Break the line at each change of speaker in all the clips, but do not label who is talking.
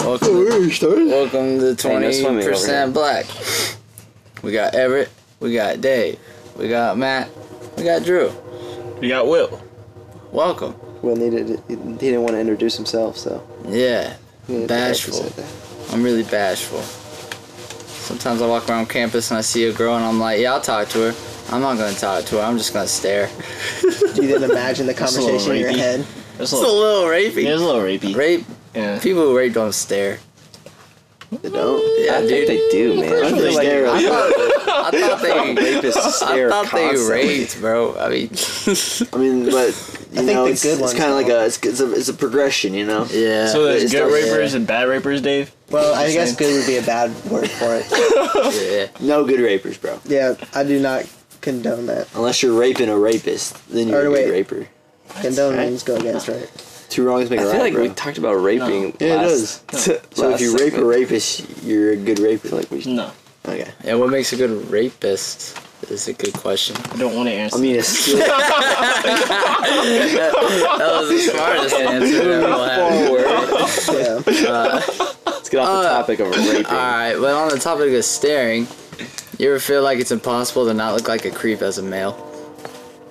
Welcome to, welcome to
Ain't no swimming over
20%
here.
Black. We got Everett. We got Dave. We got Matt. We got Drew.
We got Will.
Welcome.
Will needed. He didn't want to introduce himself, so.
Yeah.
he needed to
Bashful.
exit that.
I'm really bashful. Sometimes I walk around campus and I see a girl and I'm like, yeah, I'll talk to her. I'm not gonna talk to her. I'm just gonna stare.
Do you then imagine the
That's a little
conversation in your
rapey.
head?
There's a
It's a
little,
little rapey.
yeah, it's a little rapey.
Rape.
Yeah.
People who rape don't stare.
They don't.
Yeah,
I
dude.
think they do, man. I
course
feel
they
like
do.
I thought-
I thought they.
rapists
I
stare
thought they
constantly.
raped, bro. I mean,
I mean, but you
think
know,
the
it's,
good
it's
ones
kind of like
don't.
a it's, it's a it's a progression, you know.
yeah.
So there's
It's
good
those-
rapers and bad rapers, Dave.
Well, I
Just
guess
saying.
good would be a bad word for it.
yeah.
No good rapers, bro.
yeah, I do not condone that.
Unless you're raping a rapist, then you're
Or
a good
wait.
raper.
Condone means go against, right?
Two wrongs make a
I
right,
feel like
bro.
we talked about raping.
yeah, it does.
last-
So if
last
you rape a
segment.
rapist, you're a good raper. Like we,
No,
okay.
Yeah. What makes a good rapist is a good question.
I don't want to answer.
I mean, a skill
That was the smartest answer. that we'll have.
forward.
Yeah.
Let's get off the topic of raping.
All right, but on the topic of staring, you ever feel like it's impossible to not look like a creep as a male?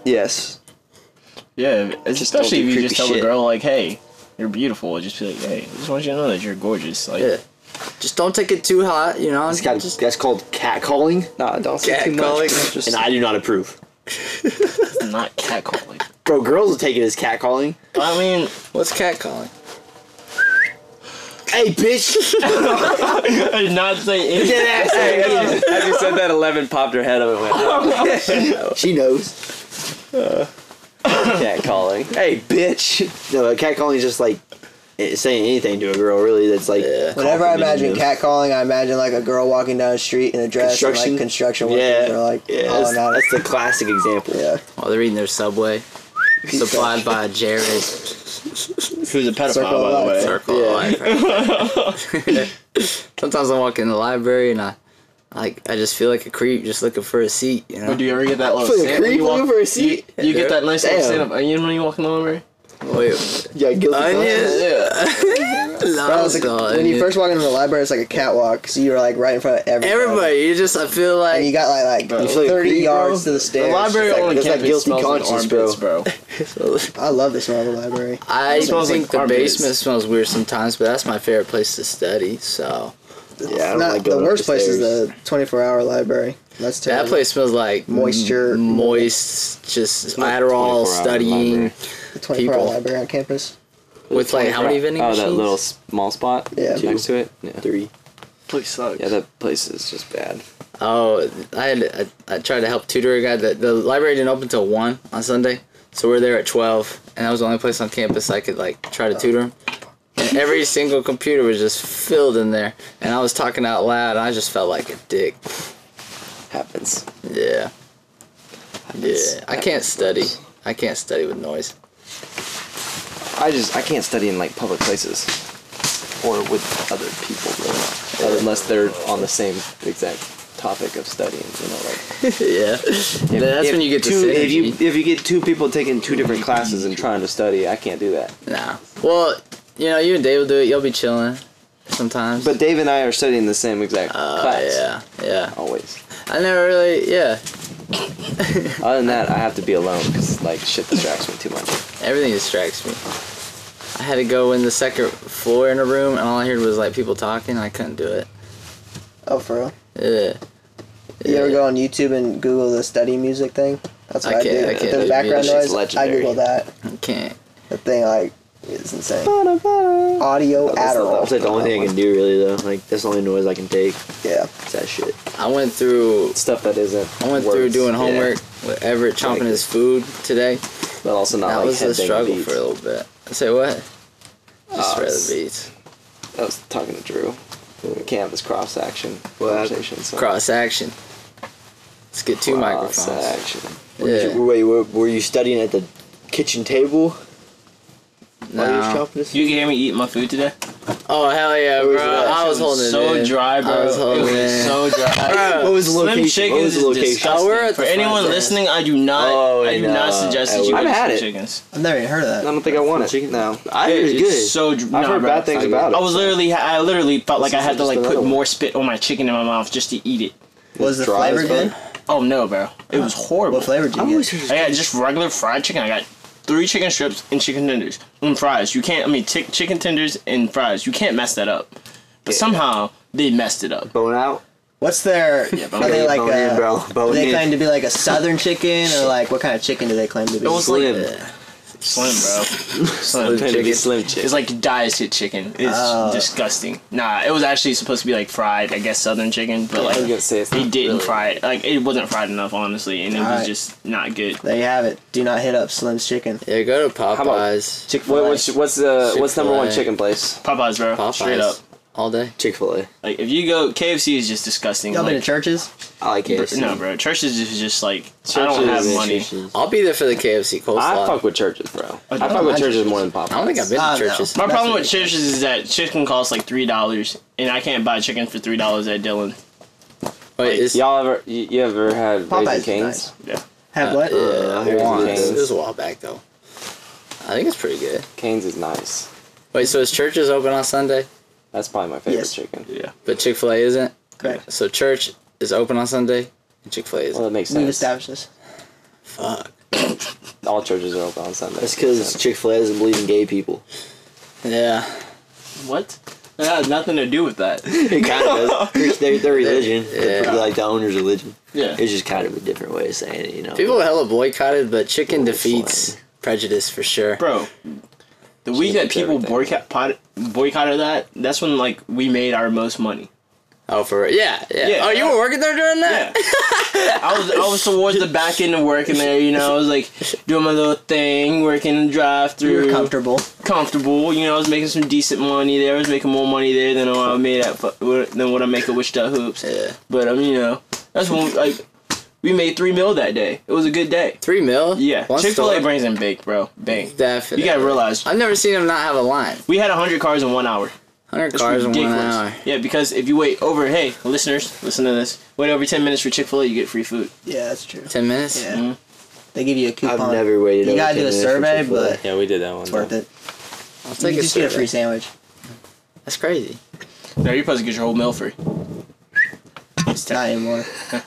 yes.
yeah, it's
Just don't
especially
do
if you
creepy
just tell a
shit.
girl like, "Hey, you're beautiful." Just be like, "Hey, I just want you to know that you're gorgeous." Like,
Yeah. Just don't take it too hot, you know.
That's, got,
Just
that's called catcalling,
Nah, don't say
Cat
too
calling.
much. bro. Just
and I do not approve.
it's not catcalling.
Bro, girls will take it as catcalling.
I mean,
what's catcalling?
Hey, bitch!
I did not say anything.
Get ass out.
as you said that, eleven popped her head up and went,
Oh,
She knows.
"Cat calling." Uh, Hey, bitch.
No, but catcalling is just like eh, saying anything to a girl, really, that's like.
Yeah.
Whenever I imagine
complimenting
catcalling, I imagine like a girl walking down the street in a
them.
dress, and,
construction.
like construction workers
yeah.
are like,
yeah,
oh,
that's,
not
that's the classic example.
yeah,
While they're eating their subway, supplied by Jared
Who's a pedophile,
Circle
by
of
the way?
life.
Circle of Life. right? Sometimes I walk in the library and I, like, I just feel like a creep just looking for a seat, you know.
Or do you ever get that little
Put a
stamp when
creep
you walk-
looking for a seat?
You, you get that nice little
Damn.
stamp. You know when you walk in the library?
Wait,
Yeah, guilty
onions.
Yeah.
That was,
Lost
like, when you first walk into the library, it's like a catwalk, so you were like right in front of everybody.
Everybody, you just I feel
And you
like
got like, like
You
feel like
30
creep,
yards to
bro?
the
The
stairs.
library
like-
on
it's like
campus
guilty
smells like
conscience,
armpits, bro.
I love the smell of the library.
I
smells
think
like
the
armpits.
basement smells weird sometimes, but that's my favorite place to study. So
Yeah, I don't
Not,
like
the
going up
worst place is
stairs.
the 24 hour library. That's terrible.
that place smells like
Moisture.
m- moist, just Adderall
24 hour
studying
library.
The 24 hour
people.
library on campus.
with like how many vending
Oh,
machines?
that little small spot
Yeah.
next to it. Yeah.
three.
Place sucks.
yeah, that place is just bad.
Oh, I had I, I tried to help tutor a guy. That the library didn't open till one on Sunday, so we are there at twelve, and that was the only place on campus I could like try to tutor him. And every single computer was just filled in there, and I was talking out loud. And I just felt like a dick.
Happens.
Yeah,
Happens.
yeah. I can't study. I can't study with noise.
I just I can't study in like public places or with other people really, Uh, unless they're on the same exact topic of studying. You know, like
yeah, that's when you get to
two,
synergy.
if you if you get two people taking two different classes and trying to study. I can't do that.
nah. Well, you know, you and Dave will do it. You'll be chilling sometimes.
But Dave and I are studying the same exact
Uh,
class.
yeah, yeah.
Always.
I never really. Yeah,
Other than that, I have to be alone because like shit distracts me too much.
Everything distracts me. I had to go in the second floor in a room, and all I heard was like people talking. and I couldn't do it.
Oh, for real?
Yeah,
You ever go on YouTube and Google the study music thing? That's
I
what I,
can't-
do.
I
If
can't
there's
do
background
music. It's
noise, I
legendary.
Google that.
I can't.
The thing, like, it's insane. Audio
That's
Adderall.
like the only thing I can do, really, though. Like, that's the only noise I can take.
Yeah.
It's that shit.
I went through.
Stuff that isn't.
I went through
words.
doing
Yeah. Oh,
homework with Everett chomping his food today.
but also not
That
like
was a
headbanging
struggle
beats.
for a little bit. I say what? Just
Oh,
rather
it's-
beats.
I was talking to Drew. The Canvas cross action
Well, I-
conversation. So
Cross action. Let's get two
Cross
microphones.
action.
Did
Yeah.
you- wait, were, were you studying at the kitchen table? while you were
No.
chopping this?
You can hear me eat my food today?
Oh hell yeah, bro!
Where was it at?
I I was holding
so
it. in.
dry, bro.
I was
it
holding it.
was
in.
so dry.
What was the
Slim
location?
chickens
What was the
is
location?
disgusting.
Oh, we're at
For
the
anyone
front.
listening, I do not,
Oh,
I do
and,
not
uh,
suggest that you
I've
go
had
to
it.
Slim chickens.
I've never even heard of
I
that.
don't think I want it.
Chicken?
No,
I hear it's
It's
good.
so. I've
I've heard bad things about it.
I was literally, I literally felt like I
This
had
is
to
just
like put
another one.
more spit on my chicken in my mouth just to eat it.
Was the
dry
flavor
as fuck.
good?
Oh no, bro! It was horrible.
What flavor did
I
you
always
get?
heard it's
I got just regular fried chicken. I got three chicken strips and chicken tenders and fries. You can't. I mean, chick chicken tenders and fries. You can't mess that up. But
Yeah.
somehow they messed it up.
bone out.
What's their?
but
are
we
they like uh,
bone in,
a?
bro. Bone
Oh,
do they
in.
claim to be like a southern chicken, or like what kind of chicken do they claim to be?
It was
Slim.
like uh, slim, bro. Slim.
Claimed to be slim chick.
It's like diet chicken. It's
Oh.
disgusting. Nah, it was actually supposed to be like fried. I guess southern chicken, but
I was
like
gonna say it's
They
not
didn't
really-
fry it. Like it wasn't fried enough, honestly, and it was
Alright.
just not good.
there you have it. Do not hit up Slim's Chicken.
Yeah, go to
about-
Popeyes.
Chick Fil
What,
A.
what's what's the what's number one
Chick-fil-A.
chicken place?
Popeyes, bro.
Popeyes.
Straight up.
All day.
Chick Fil A.
Like if you go, KFC is just disgusting.
Y'all been to
Like,
churches?
I like KFC.
no, bro. Churches is just like I don't
Churches
have
is
money.
Nutrition.
I'll be there for the KFC coleslaw.
I
I,
fuck with churches, bro. I
don't
fuck with
like
churches more than Popeyes.
don't think I've been
Ah,
to
no.
churches.
My
That's
problem
what
with
they-
churches is that chicken costs like three dollars, and I can't buy chicken for three dollars at Dillon.
Wait, is,
Y'all ever you, you ever had
Popeyes
Raising
is
Cane's?
nice.
Yeah.
Have what?
Yeah,
I hear
once.
you.
It was a while back though. I think it's pretty good.
Cane's is nice.
Wait, so is churches open on Sunday,
That's probably my favorite
Yes.
chicken.
Yeah.
but Chick Fil A isn't?
Correct.
So church is open on Sunday, and Chick Fil A
Well,
isn't.
that makes
We've
sense.
established this.
Fuck.
All churches are open on Sunday.
That's because Chick Fil A doesn't believe in gay people.
Yeah.
What? That has nothing to do with that.
It kind of does. It's Their, their religion,
Yeah.
like the owner's religion.
Yeah.
It's just kind of a different way of saying it, you know.
People hella boycotted, but chicken
Little
defeats
flying.
prejudice for sure.
bro. The week that
Chicken
people
everything.
boycott pot, boycotted that, that's when like we made our most money.
Oh, for real? Yeah, yeah.
Yeah.
Oh, you were working there during
Yeah.
that?
I was I was towards the back end of working there, you know, I was like doing my little thing, working in the drive
You
through
were comfortable.
comfortable, you know, I was making some decent money there. I was making more money there than what I made at fu- than what I make at Wichita Hoops.
Yeah.
But um, you know, that's when like we made three mil that day. It was a good day.
Three mil?
Yeah.
One
Chick fil A
store?
brings in big, bro. Bang.
Definitely.
You gotta realize
I've never seen them not have a line.
we had hundred cars in one hour.
100
It's
cars
ridiculous.
in one hour.
Yeah, because if you wait over, hey, listeners, listen to this. Wait over 10 minutes for Chick fil A, you get free food.
Yeah, that's true.
10 minutes?
Yeah.
Mhm.
They give you a
I've
coupon.
never waited.
You
over
gotta
10
do a
minutes for
survey,
Chick-fil-A.
but
yeah, we did that one.
it's worth it.
I'll
You
take
can
a
just get a
survey.
free sandwich.
That's crazy.
No, you're supposed to get your whole meal free.
It's not anymore.
Oh.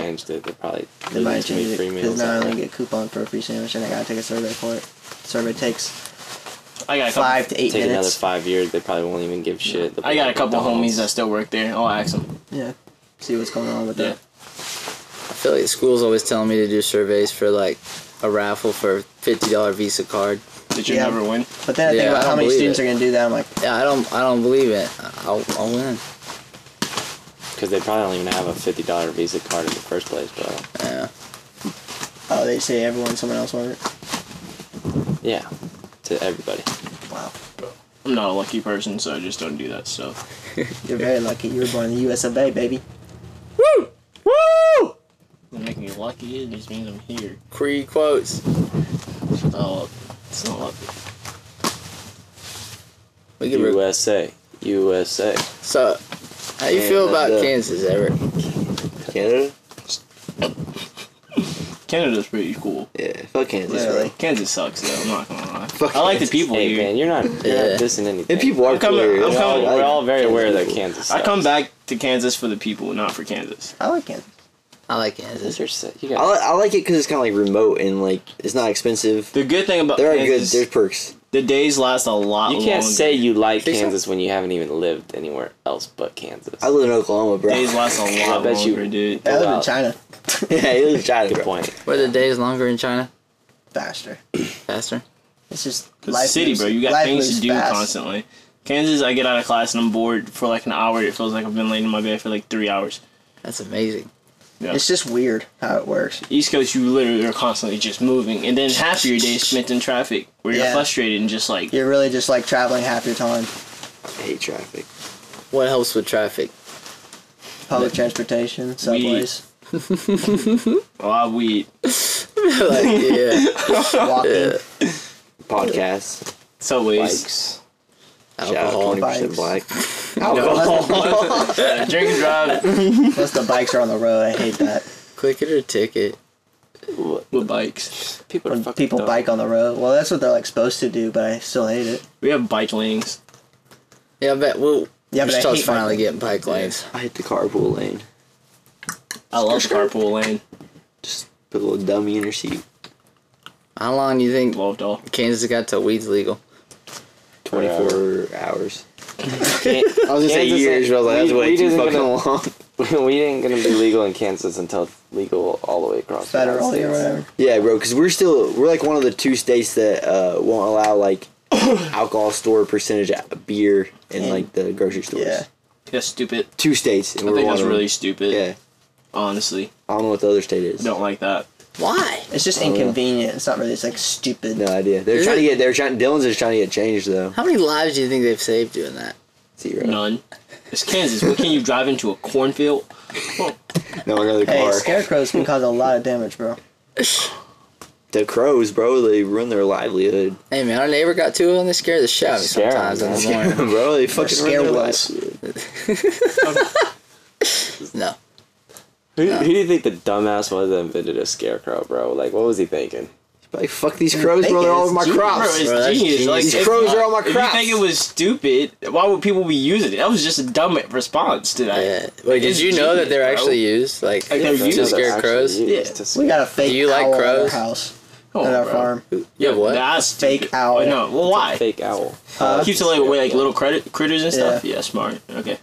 Changed it. They probably
They might
used to
change
be
it
free
because
meals.
now I
out
only
there.
get a coupon for a free sandwich, and I gotta take a survey for it. Survey takes
I got a couple,
five to eight
Take another
minutes.
five years. They probably won't even give shit. They'll
I
be
got a
like
couple homies
McDonald's.
that still work there. I'll ask them.
Yeah. See what's going on with
Yeah.
that.
I feel like school's always telling me to do surveys for like a raffle for $50 Visa card.
That you
Yeah.
never win.
But then I think
Yeah, I
about how
don't
many
believe
students
it.
are gonna do that. I'm like,
Yeah, I don't I don't believe it. I'll, I'll win.
Because they probably don't even have a fifty dollar Visa card in the first place, bro.
Yeah.
oh, they say everyone, someone else won it.
Yeah, to everybody.
Wow.
I'm not a lucky person, so I just don't do that stuff.
You're very lucky. You were born in the U.S. of A., baby.
Woo! Woo!
Doesn't make me lucky, it just means I'm here.
Cree quotes.
It's all up. It's all up.
We can re-
USA, USA.
So, how you feel about
Canada.
Kansas, Eric?
Canada.
Canada's pretty cool.
Yeah, fuck Kansas. bro.
Literally.
Kansas sucks, though. I'm not gonna lie.
Fuck
I like the
Kansas.
people
Hey
here.
man, you're not, you're
Yeah.
not dissing anything.
And people are
I'm coming-
cool here.
I'm
we're,
That's
all,
coming-
why I
we're
like
all very
Kansas
aware that
people.
Kansas.
I come
sucks.
back to Kansas for the people, not for Kansas.
I like Kansas.
I like Kansas.
You're sick. You got-
I, li- I like it because it's kind of like remote and like it's not expensive.
The good thing about
There are good.
Kansas,
There's perks.
the days last a lot
you can't
longer.
say you like
Think so?
Kansas when you haven't even lived anywhere else but Kansas.
I live in Oklahoma, bro.
days last a lot
I bet you-
longer, dude.
I live in
Wow.
China.
yeah, it was China,
Good
bro.
point.
Were the days longer in China?
Faster.
Faster?
It's just
It's a city,
moves-
bro. You got
life
things
moves
to do
fast.
constantly. Kansas, I get out of class and I'm bored for like an hour. It feels like I've been laying in my bed for like three hours.
That's amazing.
It's just weird how it works.
East Coast, you literally are constantly just moving, and then half of your day is spent in traffic, where you're
Yeah.
frustrated and just like
You're really just like traveling half your time.
I hate traffic.
What helps with traffic?
Public transportation, subways,
a lot of weed.
like, yeah.
walking.
Podcasts,
Subways,
bikes,
alcohol.
Twenty percent
Vibes.
black.
uh, Drink and drive
Unless the bikes are on the road, I hate that.
Click it or ticket.
with bikes.
People are
When
fucking
people
dumb.
bike on the road. Well, that's what they're like supposed to do, but I still hate it.
We have bike lanes.
Yeah, I bet we'll.
Yeah, but I
Wichita's
hate
finally
bike-
getting bike lanes.
I hit the carpool lane.
I love carpool lane.
Just put a little dummy in her seat.
How long do you think
Loved all.
Kansas got till weed's legal?
Twenty four hours.
I was
You say years, but I was like, that's way too fucking long.
we ain't gonna be legal in Kansas until it's legal all the way across. the United
Federal or
States.
whatever.
Yeah, bro, because we're still we're like one of the two states that uh, won't allow like alcohol store percentage of beer in
And-
like the grocery stores.
Yeah.
That's stupid.
Two states, and
I
we're
think
one
that's
of
really
really
stupid.
yeah.
Honestly,
I don't know what the other state is.
don't like that.
Why?
It's just
don't know.
inconvenient. It's not really. It's like stupid.
No idea. They're
Is
trying to
it-
get. They're trying. Dylan's is trying to get changed though.
How many lives do you think they've saved doing that?
Zero. No,
None. It's Kansas. What can you drive into a cornfield?
another
Hey,
car.
scarecrows can cause a lot of damage, bro.
the crows, bro. They ruin their livelihood.
Hey man, our neighbor got two of them. They scare the shit out of me
Scare 'em,
sometimes in the morning.
bro, they fucking ruin their
scarewolves.
livelihood.
No,
Who, who do you think the dumbass was that invented a scarecrow, bro? Like, what was he thinking?
Like fuck these crows, bro. They're all over my
Genius.
Bro,
crops.
it's
Bro, that's
genius. Like,
These
if-
crows are all my
if you
crops.
think it was stupid, why would people be using it? That was just a dumb response to that.
yeah. Wait, did
It's
you know that
genius,
they're
bro.
actually used? Like,
Like, they're
to
used.
scare
That's
crows?
actually
Yeah.
used to
We got a fake
Do you like
owl at our
crows?
house
Come on,
at our
Oh, bro.
farm.
Yeah, what?
That's
Fake
stupid.
owl.
Oh, no. Well, why?
fake owl.
Uh,
Keeps away with like little credit, critters and stuff.
Yeah.
Yeah, smart. Okay.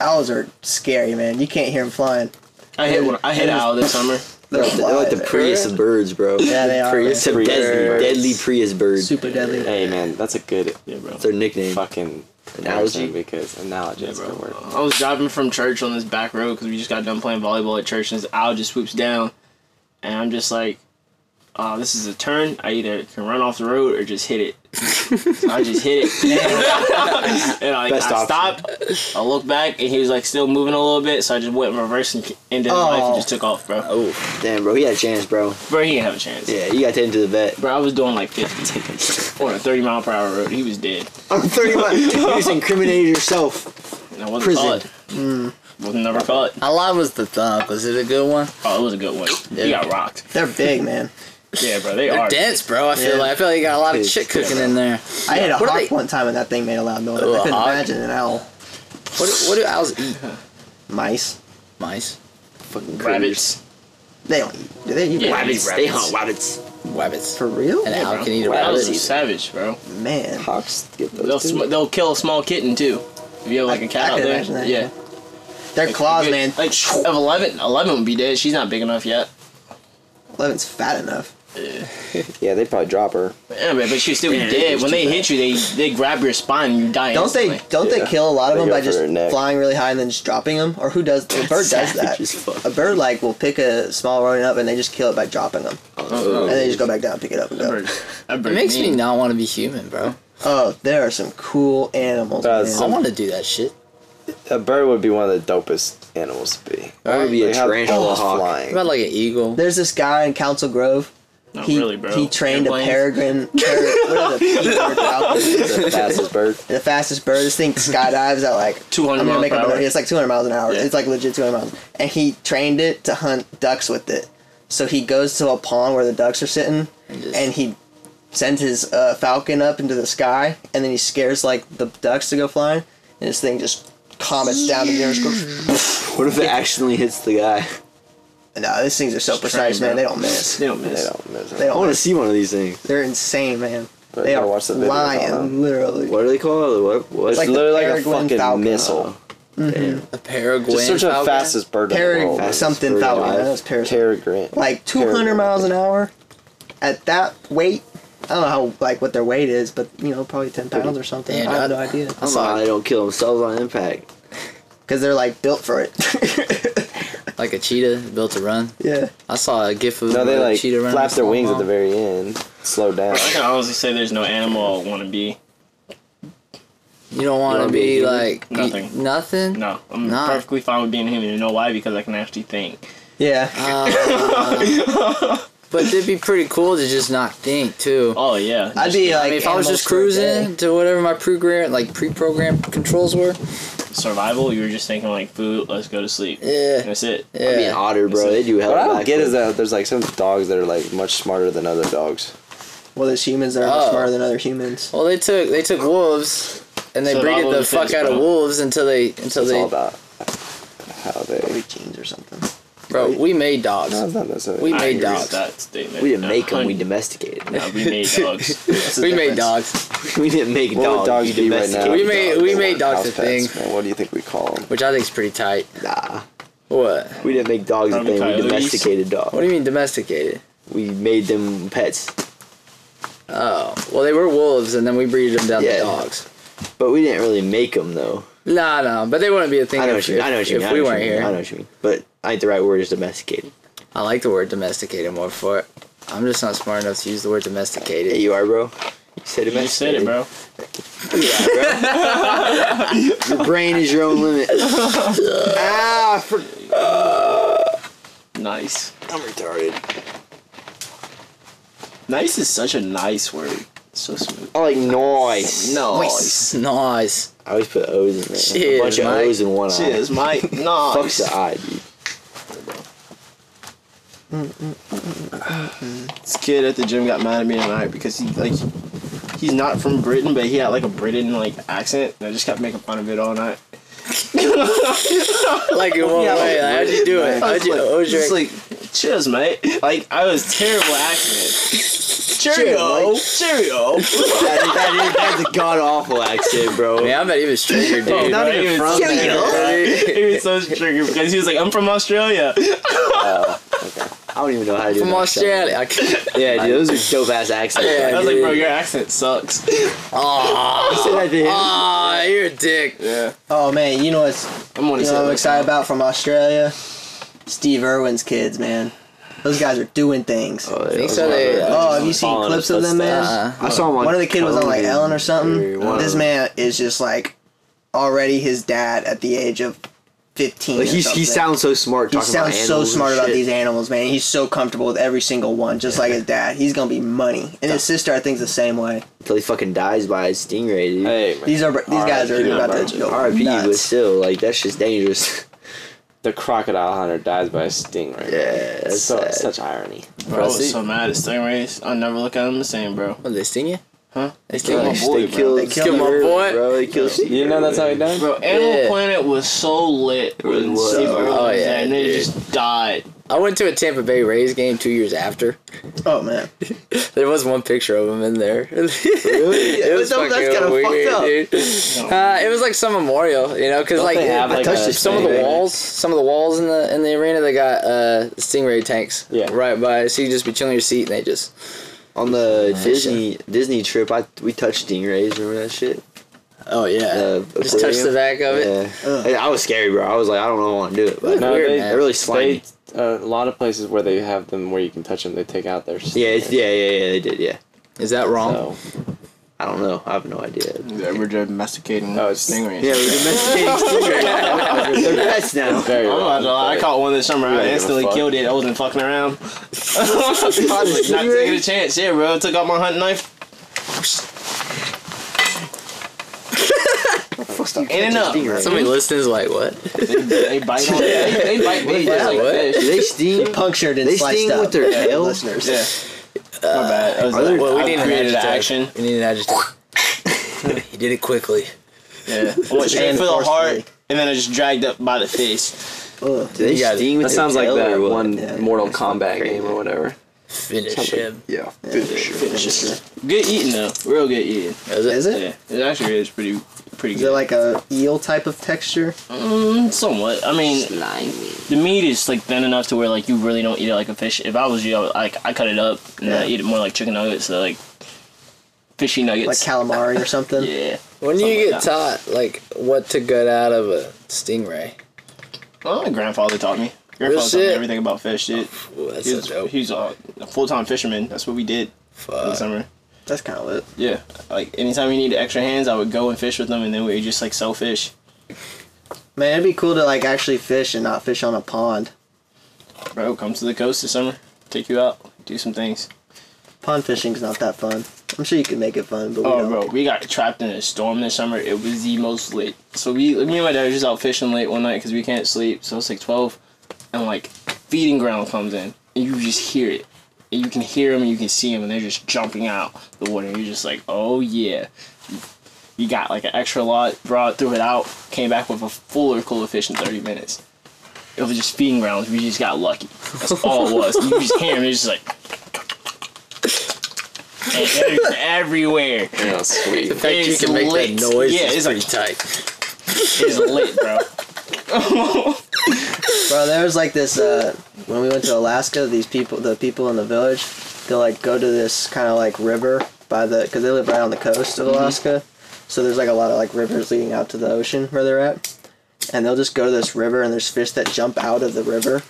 Owls are scary, man. You can't hear them flying.
I hit one. I hit owl this summer.
They're
They're like the Prius of birds, bro.
Yeah, they are.
Prius
It's a
Prius
deadly,
birds.
deadly Prius bird.
Super deadly.
Hey man, that's a good
Yeah, bro.
It's their nickname.
fucking
Analogy?
analogy because analogy
Yeah,
is the word.
bro. I was driving from church on this back road because we just got done playing volleyball at church, and this owl just swoops down, and I'm just like, uh, "This is a turn. I either can run off the road or just hit it." So I just hit it, and I, I
Best option.
stopped. I looked back, and he was like still moving a little bit, so I just went in reverse and ended his life and
Oh.
just took off, bro.
Oh,
Damn, bro, he had a chance, bro.
Bro, he didn't have a chance.
Yeah, you got taken to the vet.
Bro, I was doing like 50 on a 30 mile per hour road. He was dead.
I'm 31. you just incriminated yourself.
And I wasn't
Prison. Mm.
caught. Was never caught.
how long was the thump? Was it a good one?
Oh, it was a good one. He
Yeah.
got rocked.
They're big, man.
Yeah, bro, they
They're
are.
dense, bro. I feel
Yeah.
like I feel like you got a lot of
It's-
shit cooking in there.
I ate a
What are
hawk
they-
one time and that thing made a loud noise.
Oh,
I
a
couldn't
hawk?
imagine an owl.
What do, what do owls eat?
Mice.
Mice,
Fucking
Rabbits.
They don't eat. Do they eat
Yeah.
mice?
Rabbits. They hunt rabbits.
rabbits.
For real?
An owl
bro.
can eat a
Wow, those are
rabbit.
savage, bro.
Man.
Hawks get
They'll
too.
sm- they'll kill a small kitten too. If you have like
I-
a cat
I
out
can
there,
imagine that,
yeah.
Their claws,
Good-
man.
Like if 11, 11 would be dead. She's not big enough yet.
Levin's fat enough.
Yeah, they probably drop her.
Yeah, man, but she'd still be
Yeah,
dead.
it's
When
too
they hit you, they they grab your spine and you die.
Don't they?
instantly.
Don't
Yeah.
they kill a lot of
They
them
go
by
for
just
their neck.
flying really high and then just dropping them? Or who does? A bird does that.
Savage as fuck.
A bird like will pick a small rodent up and they just kill it by dropping them,
Oh.
and they just go back down, pick it up, and
That
go.
bird- that
It
bird
makes me
mean.
not want to be human, bro.
Oh, there are some cool animals.
That's-
I
man.
want to do that shit.
A bird would be one of the dopest animals to be.
I want to be a
Like, how-
tarantula
oh,
hawk.
What
flying.
about like an eagle?
There's this guy in Council Grove.
Not
he
really, bro.
he trained
Airplanes?
a peregrine. Pere, what are the peacock falcons?
the fastest bird.
The fastest bird. This thing skydives at like
200
I'm gonna
miles
make
per
up a number
hour.
here. It's like 200 miles an hour.
Yeah.
It's like legit 200 miles. And he trained it to hunt ducks with it. So he goes to a pond where the ducks are sitting,
just-
and he sends his uh, falcon up into the sky, and then he scares like the ducks to go flying, and this thing just comets down to the nearest. gro-
What if it accidentally hits the guy?
No, uh, these things are so
Just
precise,
trained,
man.
bro.
They don't miss.
They don't
They
miss.
don't miss
They
it.
I
don't.
want to
Miss.
see one of these things.
They're insane, man.
But
they
you
are
gotta watch the videos on
flying,
them.
literally.
What do they call it? What? what?
It's like
It's
the
literally like a
peregrine
fucking
falcon.
missile.
Damn.
A peregrine.
Just search
falcon?
the fastest bird in
Peregrine-
the world.
something
Bird
falcon,
alive.
that was peregrine.
Peregrine.
like 200
Peregrine.
miles an hour at that weight. I don't know how like what their weight is, but you know probably 10 pounds or something.
Yeah,
I have
that-
no idea
I don't know how they don't kill themselves on impact.
because they're like built for it.
Like a cheetah built to run.
yeah,
I saw a gif of
No, they
a
like
cheetah running.
flap their
so
wings at the
long.
very end. Slow down.
I can honestly say there's no animal I want to be.
You don't want to
wanna be
be,
a human?
like y-
Nothing.
nothing.
No, I'm
Nah.
perfectly fine with being a human. You know why? Because I can actually think.
yeah.
Uh, But it'd be pretty cool to just not think too.
Oh yeah.
I'd be like,
I mean, if I was
animals
just
for a day.
cruising to whatever my program, like pre-programmed controls were,
survival. You were just thinking like food. Let's go to sleep.
yeah,
That's it.
yeah.
I mean, otter, bro. They do hell.
What I
of
don't
back
get
flip.
is that there's like some dogs that are like much smarter than other dogs.
Well, there's humans that are much
Oh.
smarter than other humans.
well, they took they took wolves, and they
So
breeded
Bible
the
was
fuck
his,
out of
bro.
wolves until they until
It's
they
all about how they.
Probably genes or something.
bro. We made dogs.
No, it's not necessarily.
We
I
made
agree with
dogs.
That statement.
We didn't
No,
make them. We
hun-
domesticated them.
no, we made dogs.
That's the
we made
difference.
dogs,
we didn't make
What
dogs.
would dogs
we
be right now?
domesticated
We made-
Dogs,
we
they
made
weren't
dogs
house
a thing.
pets, Man. What do you think we call them?
which I think is pretty tight.
Nah,
What?
We didn't make dogs a
Probably
thing. We
coyotes.
domesticated
What
dogs.
do you mean domesticated?
We made them pets,
Oh, well, they were wolves, and then we breeded them down
Yeah.
to dogs.
but we didn't really make them though.
Nah, nah, but they wouldn't be a thing
I know
if,
what you mean. I know what you
if
mean. I
we
know what
weren't
you mean, I know
here.
what you mean. But I think the right word is domesticated.
I, like the word domesticated more for it. I'm just not smart enough to use the word domesticated.
Yeah, you are, bro. You said it.
You said it, bro.
Your brain is your own limit. ah, for-
Nice.
I'm retarded.
Nice is such a nice word. So smooth.
I like noise.
Nice.
Nice.
I always put O's in there.
Cheers,
a bunch of
Mike.
O's in one eye.
Cheers, Mike.
Fuck
Nice.
the eye, dude.
This kid at the gym got mad at me tonight because he like he's not from Britain, but he had like a Britain like accent, and I just kept making fun of it all night.
Like in what way? Like, how'd you do it?
I
How'd
was
you?
like,
what was your-
just like, cheers, mate. Like I was terrible accent. Cheerio, cheerio.
that, that is, that's a god awful accent, bro.
Man, I'm not even stranger, dude.
not
Right?
even from
Cheerio.
It was so triggered because he was like, I'm from Australia.
I don't even know how to do
From
that
Australia. I can't-
shit. Yeah, dude, those are dope ass accents.
Yeah.
I was like, bro, your accent sucks.
Aw,
Say that to him.
aw, you're a dick.
Yeah.
Oh man, you know what's
I'm on
you know what I'm excited about from Australia? Steve Irwin's kids, man. Those guys are doing things.
Oh,
Think
yeah.
so, they-
Oh, have you seen
Following
clips
his
of them, man?
footsteps.
I saw him on
One of the kids was on like
television.
Ellen or
Dude,
something.
one of
This
them.
man is just like already his dad at the age of fifteen.
Like
or
he's,
something.
he sounds so smart.
He
Talking about
sounds so
animals and
smart about
shit.
these animals, man. He's so comfortable with every single one, just like his dad. He's gonna be money, and his sister, I think, is the same way.
Until he fucking dies by a stingray, dude.
Hey, man.
These are these guys are
R.I.P.,
about to
Virgin.
go
R.I.P. But
nuts.
still, like that's just dangerous.
the crocodile hunter dies by a stingray.
Yeah, that's
so,
sad.
such irony.
Bro, I was so mad at Stingrays. I never look at them the same, bro.
What, uh, they sting you?
Huh?
They sting
They
you?
Yeah. boy,
they
bro.
killed,
They killed
my
Steve Irwin,
boy.
bro. They killed. Steve
You know that's how he
Irwin.
died.
Bro, Animal
Yeah.
Planet was so lit
really
when
was.
Steve
Oh,
Irwin was
yeah,
there, and they
dude.
just died.
I went to a Tampa Bay Rays game two years after.
Oh man,
There was one picture of him in there.
Yeah,
it was
but
fucking
that- that's kinda
weird,
fucked up.
dude. Uh, it was like some memorial, you know, because like,
they have,
it-
like,
touched
a
this
some of the
stingray?
walls, some of the walls in the in the arena, they got uh, stingray tanks.
Yeah.
Right by, so you just be chilling in your seat and they just.
On the Disney Disney trip, I we touched stingrays. Remember that shit?
Oh yeah.
Uh,
just touch the
aquarium?
back of it.
Yeah. Hey, I was scary, bro. I was like, I don't know if I want to do it, but
No,
Weird,
they-
man.
it really slimy.
They, a lot of places where they have them where you can touch them, they take out their.
yeah, it's, yeah, yeah, yeah. They did, yeah.
Is that wrong?
So,
I don't know. I have no idea.
Yeah, we're domesticating
Oh, it's-
Stingrays.
Yeah, we're domesticating stingrays. They're pets now.
very
I'm not
wrong,
gonna lie, I
but-
caught one this summer.
don't
I
give a
instantly
fuck.
killed it. I wasn't fucking around. I was not taking a chance. Yeah, bro. I took out my hunting knife. In and up.
Stingray.
Somebody listening is like, what?
They bite on They, they bite me
Yeah,
just like
what?
fish.
Do they sting?
punctured and
They
sliced
sting
up.
with their tail?
listeners.
Yeah. my bad. I was like,
Well, we
I
need an
created
adjective.
an action.
We need an adjective. he did it quickly.
Yeah. I went straight
And
for the
forcefully.
heart, and then I just dragged up by the face.
Ugh.
Do they
You got it.
sting with
That
their
sounds like
tail
that
or what?
one
Yeah,
Mortal
that's
Kombat
crazy.
game or whatever.
Finish
Something.
him.
Yeah.
Good eating though. Real good eating.
Is it?
Is it?
Yeah. It actually is pretty pretty
Is it
good.
like a eel type of texture?
Mm, somewhat. I mean,
Slimy.
the meat is like thin enough to where like you really don't eat it like a fish. If I was you, I would, like I cut it up and I
Yeah.
eat it more like chicken nuggets, or, like fishy
Like
nuggets.
calamari or something?
yeah.
When do you
Something
get
like
taught like what to gut out of a stingray?
Well, my grandfather taught me. Grandfather taught me
shit.
everything about fish. Dude,
Ooh, that's
he
so
was,
dope.
he was a, a full time fisherman. That's what we did in the
Fuck.
summer.
That's kind of lit.
Yeah, like anytime you needed extra hands, I would go and fish with them, and then we just like sell fish.
Man, it'd be cool to like actually fish and not fish on a pond.
Bro, come to the coast this summer. Take you out. do some things.
Pond fishing's not that fun. I'm sure you can make it fun, but we
Oh,
don't.
bro, we got trapped in a storm this summer. It was the most lit. So we, me and my dad were just out fishing late one night because we can't sleep. So it's like twelve, and like feeding ground comes in, and you just hear it. And you can hear them, and you can see them, and they're just jumping out the water. And you're just like, oh yeah. You got like an extra lot, brought, threw it out, came back with a fuller cool of fish in 30 minutes. It was just feeding grounds. We just got lucky. That's all it was. you just hear them, it's just like. and they're everywhere.
Yeah, sweet.
The fact you
It's
can make
lit.
that noise
Yeah,
is
it's
pretty
like-
tight.
It's lit, bro.
Bro, there was like this uh, when we went to Alaska. These people, the people in the village, they like go to this kind of like river by the because they live right on the coast of Alaska. So there's like a lot of like rivers leading out to the ocean where they're at, and they'll just go to this river and there's fish that jump out of the river,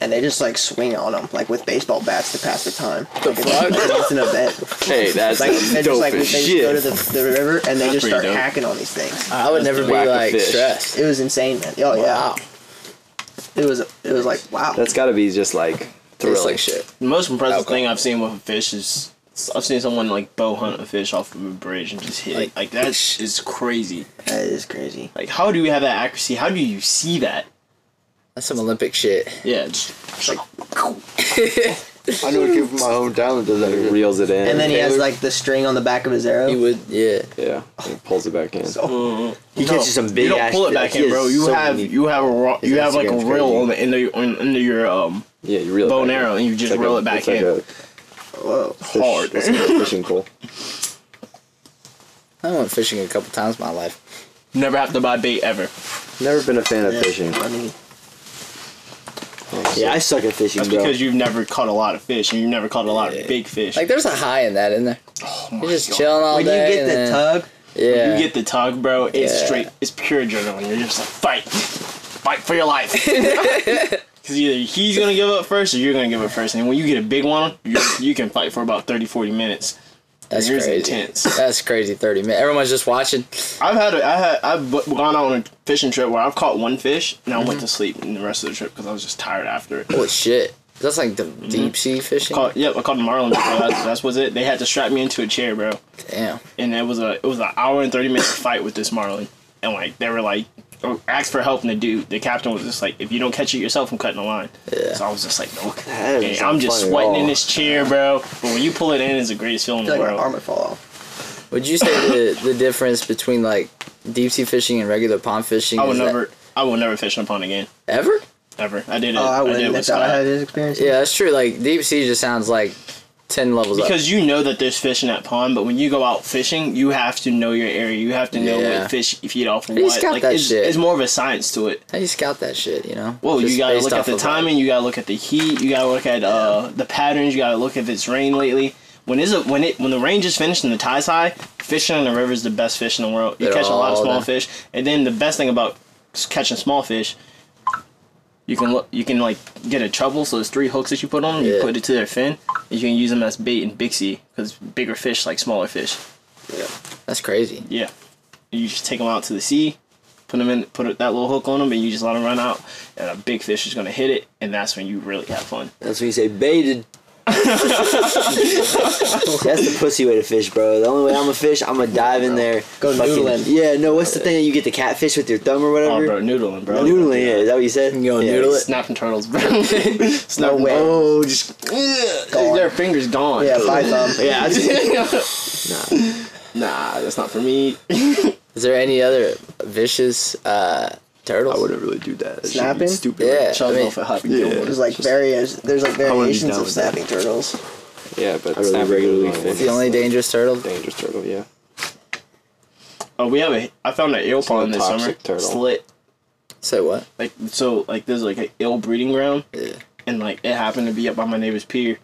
and they just like swing on them like with baseball bats to pass the time. Like, it's,
fuck?
like, it's an event.
Hey, that's
Like they're just
dope
like they
as
just
shit.
go to the, the river and they just
pretty
start
dope.
hacking on these things.
I would never be
whack a
like
fish.
stressed.
It was insane, man.
Wow.
Oh yeah, it was it was like wow.
That's got to be just like
Tastes
thrilling.
like shit.
The most impressive
Alcohol.
thing I've seen with a fish is I've seen someone like bow hunt a fish off of a bridge and just hit
Like-
it. Like that sh- is crazy.
that is crazy.
Like how do you have that accuracy? How do you see that?
That's some Olympic shit.
Yeah, just, like
I know a kid from my hometown that does
It
that.
reels it in.
And then he has
Taylor-
like the string on the back of his arrow.
He would, yeah.
yeah, and pulls it back in.
He catches some big
You don't
ass
pull it
fish.
back
He
in,
has
bro. You
so
have
many-
you have a ro- you have like a
Instagram's
reel
crazy.
on the end of your on, under your um
Yeah, you reel it
bow and
back in.
arrow and you just
It's like
reel
a-
it back
it's like
in.
a
Whoa.
fish-
Hard.
it's like a fishing pole.
I went fishing a couple times in my life.
Never have to buy bait ever.
Never been a fan of
Yeah,
fishing.
funny.
Yeah, I suck at fishing,
That's
bro.
because you've never caught a lot of fish and you've never caught a lot
Yeah.
of big fish. Oh
Like, there's a high in that, isn't there? You're just chilling all
When you
day.
get
and
the
then-
tug,
Yeah.
You get the tug, bro. It's
Yeah.
straight. It's pure adrenaline. You're just like fight, fight for your life. Because either he's gonna give up first, or you're gonna give up first. And when you get a big one, you you can fight for about 30, 40 minutes.
That's
Yours
crazy.
intense.
That's crazy. Thirty minutes. Everyone's just watching.
I've had a, I had I've bu- gone out on a fishing trip where I've caught one fish and I
Mm-hmm.
went to sleep in the rest of the trip because I was just tired after it.
Holy shit! That's like the deep sea fishing.
Caught, yep, I caught a marlin. Before. That's, that's was it. They had to strap me into a chair, bro.
Damn.
and it was a it was an hour and thirty minute fight with this marlin, and like they were like asked for help, and the dude, the captain was just like, if you don't catch it yourself, I'm cutting the line.
Yeah.
So I was just like, no,
That
okay,
is
I'm
not
just
funny at
sweating in
all.
this chair, bro. But when you pull it in, it's the greatest feeling
I
in
feel
the
like my
world.
arm would fall off.
Would you say the the difference between like deep sea fishing and regular pond fishing?
I will
is that-
never, I will never fish in a pond again,
ever.
ever. I did it.
Oh, I
I, did it
wouldn't
with
if I had
Scott.
his experience.
Yeah, that's true. Like deep sea just sounds like ten levels up.
Because you know that there's fish in that pond, but when you go out fishing, you have to know your area. You have to know
Yeah.
what fish you feed off of
You
what.
scout
Like
that
it's,
shit.
it's more of a science to it.
How do you scout that shit? You know.
Well,
Just
you gotta
based
look at
off
the
of, like-
timing. You gotta look at the heat. You gotta look at uh, the patterns. You gotta look if it's rained lately. When is it? When it? When the range is finished and the tide's high, fishing in the river is the best fish in the world. You
They're
catch a lot of
all
small
the-
fish, and then the best thing about s- catching small fish, you can look. You can like get a treble. So it's three hooks that you put on. them. You
Yeah.
put it to their fin. And you can use them as bait in Bixie because bigger fish like smaller fish.
That's crazy.
Yeah. You just take them out to the sea, put them in, put that little hook on them, and you just let them run out. And a big fish is gonna hit it, and that's when you really have fun.
That's when you say baited. That's the pussy way to fish, bro. The only way I'm a fish, I'm gonna dive in there.
Go noodling.
Yeah, no, what's the thing that you get the catfish with your thumb or
Oh,
whatever?
bro, noodling, bro.
Noodling, yeah. Is that what you said?
You gonna
yeah.
noodle it?
Snapping turtles, bro. Snapping
way.
Oh, just ugh, their fingers gone.
Yeah, by thumb.
Yeah, I just,
nah, that's not for me.
Is there any other vicious uh, turtles?
really do that.
Snapping?
Stupid.
Yeah. I
Shove
mean,
off a happy
Yeah.
Gilmore.
There's like various. There's like
wouldn't be
variations
down
of
with that.
snapping turtles.
Yeah, but
really
snapping
regularly
is
fish.
the only dangerous turtle.
dangerous turtle. Yeah.
Oh, we have a. I found an eel pond this
toxic
summer.
turtle.
Slit.
Say what?
Like so, like there's like an ill breeding ground, and like it happened to be up by my neighbor's pier,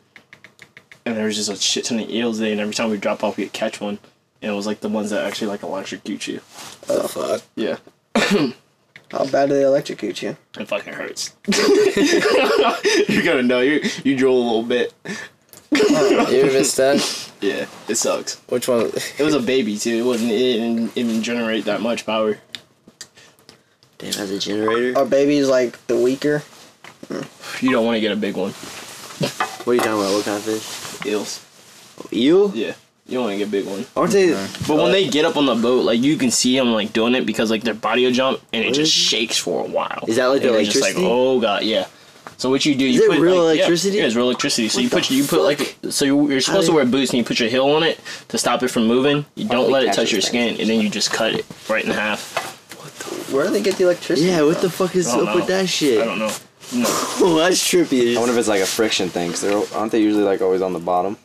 and there was just a shit ton of eels there, and every time we drop off, we'd catch one, and it was like the ones that actually like electrocute you.
The fuck.
Yeah,
How bad do they electrocute you?
it fucking hurts. You're gonna know you you drool a little bit.
You ever been stung?
Yeah, it sucks.
Which one?
It was a baby too. It wasn't. It didn't even generate that much power.
damn, as a generator.
Our baby's like the weaker.
You don't want to get a big one.
What are you talking about? What kind of fish?
Eels.
Eel?
Yeah. You only get big one.
Aren't they?
But when they get up on the boat, like you can see them like doing it because like their body will jump and it
What
just
is it?
shakes for a while.
Is that, like,
And
the
they're just like
electricity?
oh god yeah. So what you do? you
it
put,
real
like, yeah,
electricity?
Yeah, it's real electricity. So you
What
put
the
you put like so you- you're supposed to
did-
wear boots and you put your heel on it to stop it from moving. You don't
we
let it
catch
touch
these
your
things?
skin and then you just cut it right in half.
Where do they get the electricity?
Yeah, what the fuck is
I don't
up with
know.
that shit?
I don't know. No,
Oh, that's trippy.
I
as-
wonder if it's like a friction thing. Cause they're aren't they usually like always on the bottom?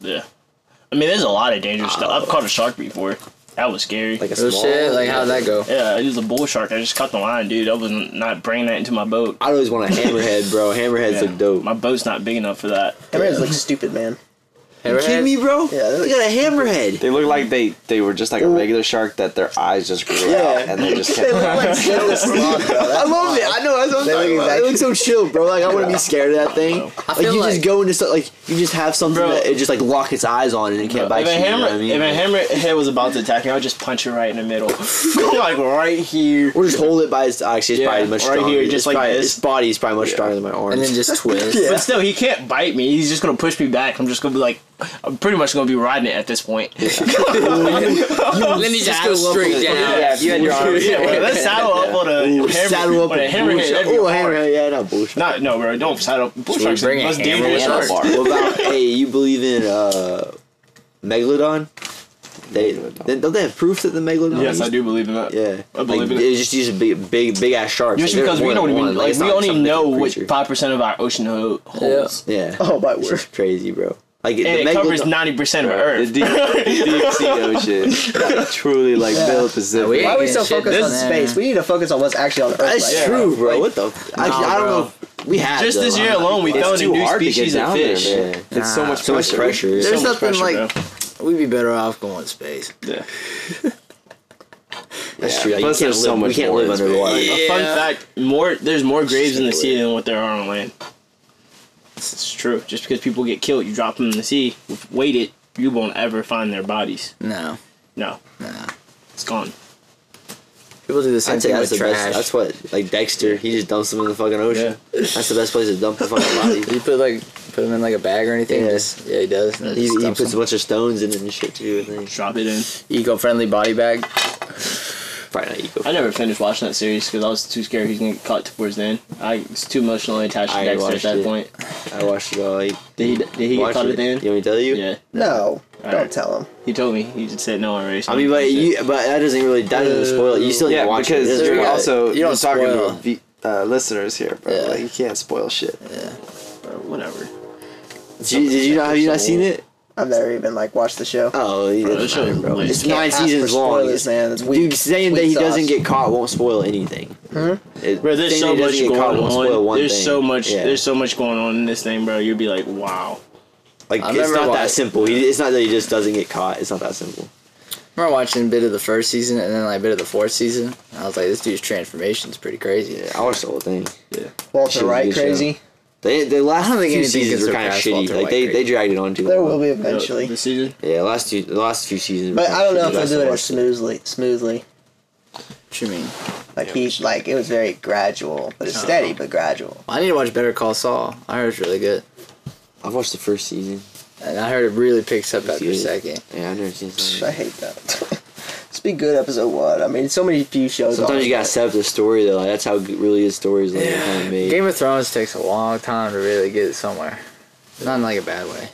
yeah. I mean, there's a lot of dangerous stuff. I've caught a shark before. That was scary.
Like a
Oh
small.
shit! Like how'd that go?
yeah, it was a bull shark. I just caught the line, dude. I was not bringing that into my boat.
I'd always want a hammerhead, bro. Hammerheads
Yeah.
look dope.
My boat's not big enough for that.
Hammerheads look stupid, man.
you kidding me, bro?
Yeah, they're
you got a hammerhead.
They look like they they were just like a regular shark that their eyes just grew out
Yeah.
and they just
They
kept.
look like Sid the Sloth, bro.
I love it. I know. That's what
They look
I'm talking about. They
exactly-
look so chill, bro. Like I wouldn't be scared of that thing. Like
feel
you
like-
just go into so, like you just have something
Bro.
that it just like lock its eyes on and it can't bite
if a
you. you know
hammer,
what I mean?
if a hammerhead was about to attack me, I would just punch it right in the middle, like right here.
or just hold it by its actually it's
Yeah,
probably much
right
stronger.
here,
It's
just like
probably,
this.
Its body is probably much stronger than my arms.
And then just twist.
But still, he can't bite me. He's just gonna push me back. I'm just gonna be like, I'm pretty much gonna be riding it at this point. Yeah,
and then you just go straight down.
if you had your arms.
bro, let's saddle up on a
Ooh,
hammer,
saddle up
on a
a bull
hammerhead.
shark.
that'd be
Ooh, a
hard.
hammerhead. Yeah, not bullshit.
Not, no, bro, don't saddle up. Bull
we
sharks are
bring
the
a
most
hammer
dangerous
and a
sharks.
bar?
What about hey? You believe in uh, megalodon? They
Megalodon.
don't they have proof that the megalodon?
Yes, I
used-
do believe in that.
Yeah,
I believe
like,
in it.
They just use a big, big, big ass shark.
Just because we don't even like, we only know what five percent of our ocean ho- holds,
Yeah.
Oh my
It's
word.
just crazy, bro. Like
and it covers ninety percent of
The
Earth.
deep, the deep sea ocean, truly like
Yeah.
Bill Pacific.
we-
Why are we so
Shit,
focused
this-
on space? We need to focus on what's actually on Earth.
That's
right
true, bro. what the? I,
Nah,
I don't
bro.
know. If we have
Just this
though.
year alone, we
it's
found a
too
new
hard to
species
get
of
down
fish.
there, man. It's so
Nah.
much
so much
pressure.
pressure.
There's
So much
nothing like
pressure,
we'd be better off going with space.
Yeah.
That's true. Like,
Plus,
you can't
there's
live,
so
we
much
can't
more
live
in
underwater.
space.
A fun
Yeah.
fact: more there's more graves in the sea than what there are on land. It's, it's true. Just because people get killed, you drop them in the sea, wait it, you won't ever find their bodies.
No,
No,
no.
it's gone.
People do the same
I'd say
thing
that's
with
the
trash.
best. That's what like Dexter. He just dumps them in the fucking ocean. That's the best place to dump the fucking
you
body.
put like put them in like a bag or anything.
Yeah.
Just, yeah he does. and
He,
just
he
dumps
puts a
them.
bunch of stones in it and shit too. I think
Drop it in.
eco-friendly body bag.
probably not eco.
I never finished watching that series because I was too scared he was gonna get caught towards the end. I was too emotionally attached to
I
Dexter at
watched
that
it.
point.
I watched it all. Like,
Did he? Did he get
watched
caught
it.
at the end?
You want me to tell you?
Yeah.
No,
All
don't
right.
tell him.
He told me. He just said no already. so
I mean,
I'm
but
pretty
you, but that doesn't really that doesn't
Uh,
spoil it. You still need to
Yeah,
watch it.
because
It doesn't
you're
really-
also
you don't
you're talking
spoil.
to v, uh, listeners here, bro.
Yeah.
Like, you can't spoil shit.
sure. Or whatever.
Did you, did you not have you not seen it?
I've never even like watched the show.
Oh, you
that
didn't
show
mind,
is
bro.
lit.
It's
You
nine
ask for
seasons long.
spoilers, man. It's weak-
Dude, saying
weak
that he
sauce.
doesn't get caught won't spoil anything. It-
Bro, there's
saying
so
he
much
doesn't get
going
caught won't spoil
on.
one
There's
thing.
so much.
Yeah.
There's so much going on in this thing, bro. You'd be like, wow.
like
I
it's
remember
not
why-
that simple. He, it's not that he just doesn't get caught. It's not that simple.
I remember watching a bit of the first season and then like a bit of the fourth season. And I was like, this dude's transformation is pretty crazy.
Yeah, I watched the whole thing.
Walter
Shit,
White
good show.
crazy.
They the last
don't think
few
anything
seasons
can
were kind of
surpass
shitty.
Walter
like
White
they, they
crazy.
dragged it on too
There
long.
will be
The
eventually,
season.
Yeah, last two, the last few seasons. were
but
kinda
I don't know
shitty.
if they'll
Last
do
time I
it as
watched
smoothly. Smoothly,
What you mean?
like he's like it was very gradual, but it's steady but gradual.
I need to watch Better Call Saul. I heard it's really good.
I've watched the first season.
And I heard it really picks up after a
good.
second.
Yeah, I've never seen.
Psh,
Something.
I hate that. Let's be good episode one. I mean, so many few shows.
Sometimes
are
you gotta
like
set up the story though. Like, that's how g- really good stories like are kind of made.
Game of Thrones takes a long time to really get somewhere. Not in like a bad way.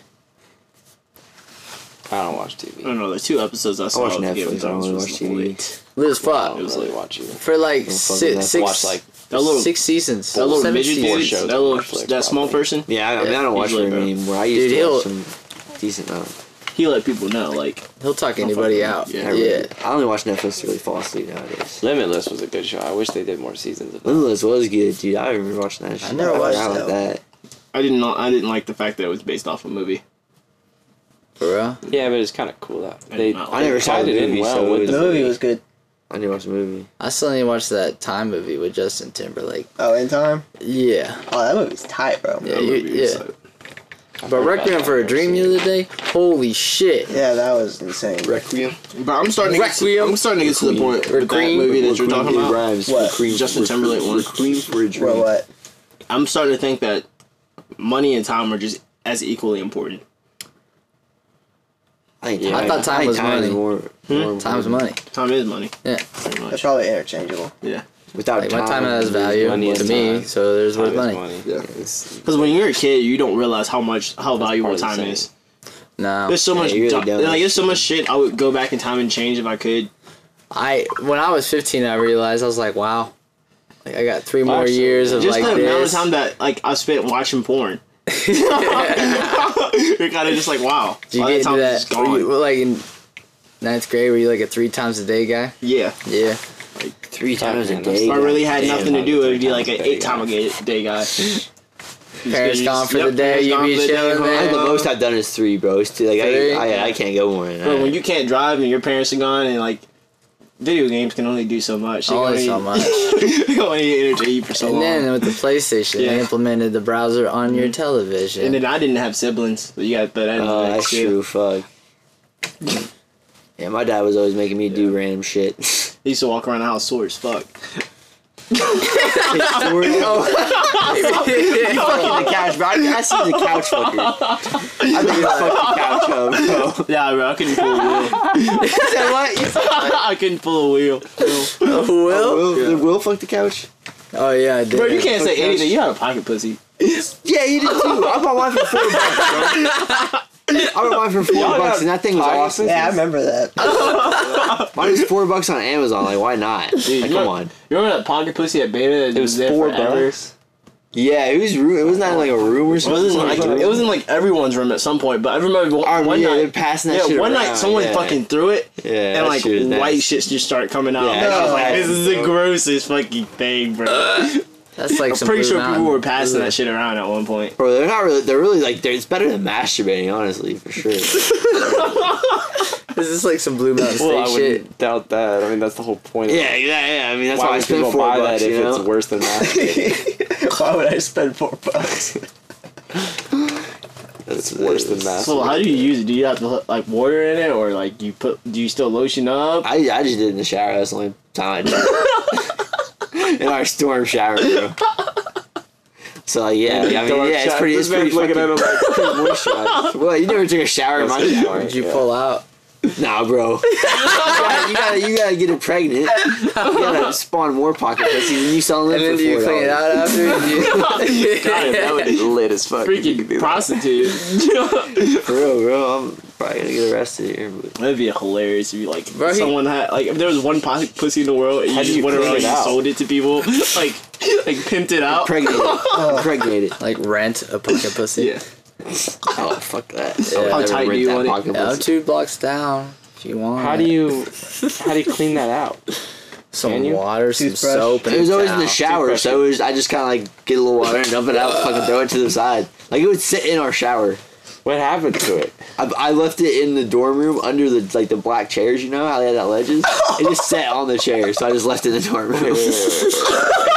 I don't watch
I
TV.
don't know. The two episodes I
I
saw
watch
of Game of
Netflix. I don't
Thrones
really
was
watch TV.
lit.
Lit as
I
fuck.
don't really watch either.
For like
fucking
si-
Netflix.
six,
Watch like
That little-
six seasons.
That little
seven
midget
seasons.
dude.
shows
That little
on Netflix,
that small
probably.
person.
Yeah, I, I mean, I don't watch
Usually,
very
bro.
many anymore. I used
Dude,
to
he'll-
watch some decent amount.
He let people know. Like
He'll talk anybody out.
Yeah,
I,
Yeah.
really, I only watch Netflix to really fall asleep nowadays.
Limitless was a good show. I wish they did more seasons of that.
Limitless was good, dude. I remember watching that. Shit.
never
forgot
watched
about
that.
that.
I didn't. know- I didn't like the fact that it was based off a movie.
For real.
Yeah, but it's kind of cool that they.
know.
they
I never saw
tied
the
it in
movie,
well
so it
with
was-
The movie was good.
I didn't watch the movie.
I still need to watch that time movie with Justin Timberlake.
Oh, in time.
Yeah.
Oh, that movie's tight, bro.
Yeah.
That
you-
movie was
yeah.
like-
But Requiem for a Dream the other day, holy shit.
Yeah, that was insane.
Requiem.
But I'm starting. To get,
Requiem.
I'm starting to get to the point with that
Requiem.
movie that you're talking about.
Rhymes
What?
Requiem-
Justin Timberlake one.
Requiem for a Dream.
Bro, what?
I'm starting to think that money and time are just as equally important.
I think
I thought time
think
was
is
money.
more, more
Time's
important.
Hmm? money.
Time is money.
Yeah.
Pretty
That's
much.
probably interchangeable.
Yeah.
Without
Like
time,
my time has
there's
value
money
to
and
me,
time.
so there's
Time
worth
is
money.
Yeah.
It's-
Because when you're a kid, you don't realize how much how valuable
part of the
time
same.
is.
No,
There's so
Yeah,
much
you really
do-
don't.
like there's so much shit I would go back in time and change if I could.
I when I was 15, I realized I was like, wow, like, I got three more
Actually,
years of
Just
like
the amount of
this.
time that like I spent watching porn. you're kind of just like wow.
Did you
all
get
that time
into
is
that?
just
were
gone.
you, like in ninth grade, were you like a three times a day guy?
yeah.
Yeah.
three times a
man,
day.
Or Oh, really had
Damn,
nothing to
I'm
do.
a
It would be
three
like
times
an
a day
eight time a ga- day guy.
Parents
Just-
gone for
yep,
the day,
parents
you
gone
be
for the day,
chilling
home.
there.
I, the most I've done is three, bro. It's too- like
Three?
I, I, I can't go more than that.
But when you can't drive and your parents are gone and like video games can only do so much. They can
Only so much.
they can only entertain you for so
And
long.
then with the PlayStation,
Yeah. Mm-hmm.
they implemented the browser on your television.
and then I didn't have siblings. But you got to throw that in
Oh,
the
that's
mix, too.
true. Fuck. Yeah, my dad was always making me do random shit.
He used to walk around the house sore as fuck.
Oh. fucking the couch, bro. I, I see the couch fucker. I think you fuck the couch up, bro.
Yeah, bro, I couldn't pull a wheel.
Said what? You fuck
I couldn't pull a wheel.
oh, Will?
Will, did Will fuck the couch?
Oh, yeah, I did.
Bro, you can't say
Fuck
anything.
couch.
You had a pocket pussy.
Yeah, you did too. I bought mine for four bucks, bro. I bought mine for four bucks, and that thing was awesome.
Yeah, I remember that.
Mine was four bucks on Amazon. Like, why not?
Dude,
Like,
you
come
know-
on.
You remember that pocket pussy at Beta? It, was, there forever?
Yeah, it was room. It was not like a room or
It
something.
wasn't like it wasn't like everyone's room at some point, but I remember one,
I remember,
one
yeah, they're
night.
passing that
yeah,
shit
one night
around,
someone
yeah.
fucking threw it,
Yeah, that
and like
shit was nasty.
white shit just started coming out.
Yeah,
And I was
no.
like, this is the
Bro.
grossest fucking thing, bro.
That's like
I'm
some
pretty
Blue
sure
Mountain.
people were passing that shit around at one point.
Bro, they're not really. They're really like. They're, it's better than masturbating, honestly, for sure.
This is like some Blue Mountain State
Well, I
shit.
wouldn't doubt that. I mean, that's the whole point. Of
yeah, yeah, yeah. I mean, that's
Why
why, I
would
spent
people
four
buy
bucks.
that
you
if it's
know?
worse than masturbating?
Why would I spend four bucks?
it's worse than masturbating.
So how do you use it? Do you have to put, like water in it, or like you put? Do you still lotion up?
I, I just did it in the shower. That's the only time. I did it. in our storm shower, bro. So like, yeah, I mean,
Dark
yeah, it's
shot.
pretty. It's
This
pretty
man's looking at
fucking.
him like,
Well, you never took a shower in my shower.
Did you pull out?
Nah, bro. you, gotta, you gotta you gotta get it pregnant. You gotta spawn more pocket pussies, and you selling them
And then
for
do you
four
clean it
dollars.
out after?
God, that would be lit as fuck. if you could do
Freaking prostitute.
For real, bro. I'm probably gonna get arrested here. But
That'd be hilarious if you like
Bro, he-
someone had like if there was one po- pussy in the world and you
How do
just
you
went
clean
around
it
and you
out?
sold it to people like like pimped it out.
pregnant, pregnant.
like rent a pocket pussy.
Yeah.
Oh fuck that.
Yeah.
I'll
How
never
tight do
rent
you
that
want it?
pocket
Yeah, I'm
pussy.
two blocks down. If you want.
How do you how do you clean that out?
Some
can you?
water, some
Toothbrush.
soap. And
It was
a
always in the
towel.
shower, so it was, I just kind of like get a little water and dump it out, fucking throw it to the side. Like it would sit in our shower.
What happened to it?
I, I left it in the dorm room under the like the black chairs. You know how they had that ledges? It just sat on the chair, so I just left it in the dorm room.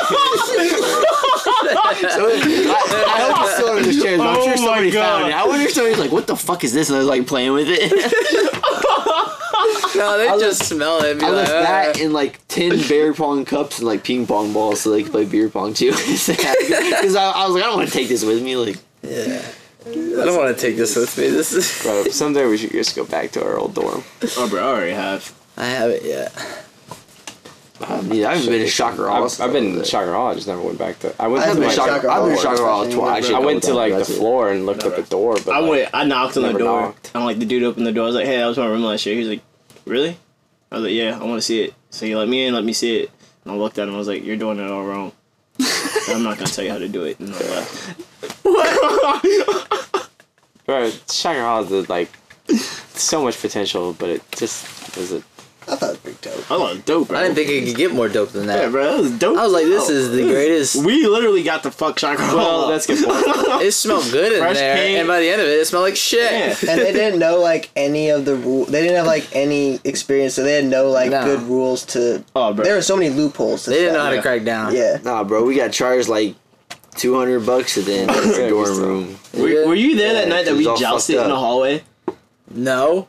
So it- I, I hope it's still in the chairs. But I'm
Oh my
sure somebody
God.
found it. I wonder if somebody's like, "What the fuck is this?" And I was like playing with it.
No, they just smell it. and be
I
like,
left that
"Ah."
in like ten beer pong cups and like ping pong balls, so they could play beer pong too. Because I, I was like, I don't want to take this with me. Like,
I don't want to take this with me. This is.
Bro, someday we should just go back to our old dorm.
Oh, bro, I already have.
I haven't yet.
I mean, I haven't been to shocker all.
I've, I've been in shocker hall. I just never went back to. I went
I
to
haven't
my,
been to shocker. I've been to
Shocker
shocker all
Hall.
twice.
I went to like the
That's it.
floor and looked at the door, but
I
like,
went. I knocked on the
never
door
knocked.
and like the dude opened the door. I was like, "Hey, that was my room last year." He was like, "Really?" I was like, "Yeah, I want to see it." So he let me in, let me see it, and I looked at him. I was like, "You're doing it all wrong." I'm not gonna tell you how to do it. And I left.
Bro, shocker hall is the, like so much potential, but it just was a
I thought it was pretty dope.
I was dope, bro.
I didn't think it could get more dope than
yeah,
that.
bro, that was dope.
I was like, this
Oh.
is the greatest.
We literally got the fuck shocker.
well.
Well,
That's a good. Point.
It smelled good in
Fresh
there,
paint.
and by the end of it, it smelled like shit.
Yeah.
And they didn't know like any of the rule. They didn't have like any experience, so they had no like
No.
good rules to.
Oh, bro.
There were so many loopholes. to
They didn't know how to
Yeah.
crack down.
Yeah.
Nah, bro, we got charged like two hundred bucks at the end of
Yeah,
the
we
dorm
still-
room.
were, were you there that
Yeah,
night that
it
we
was all
jousted
fucked
in the
up.
hallway?
No,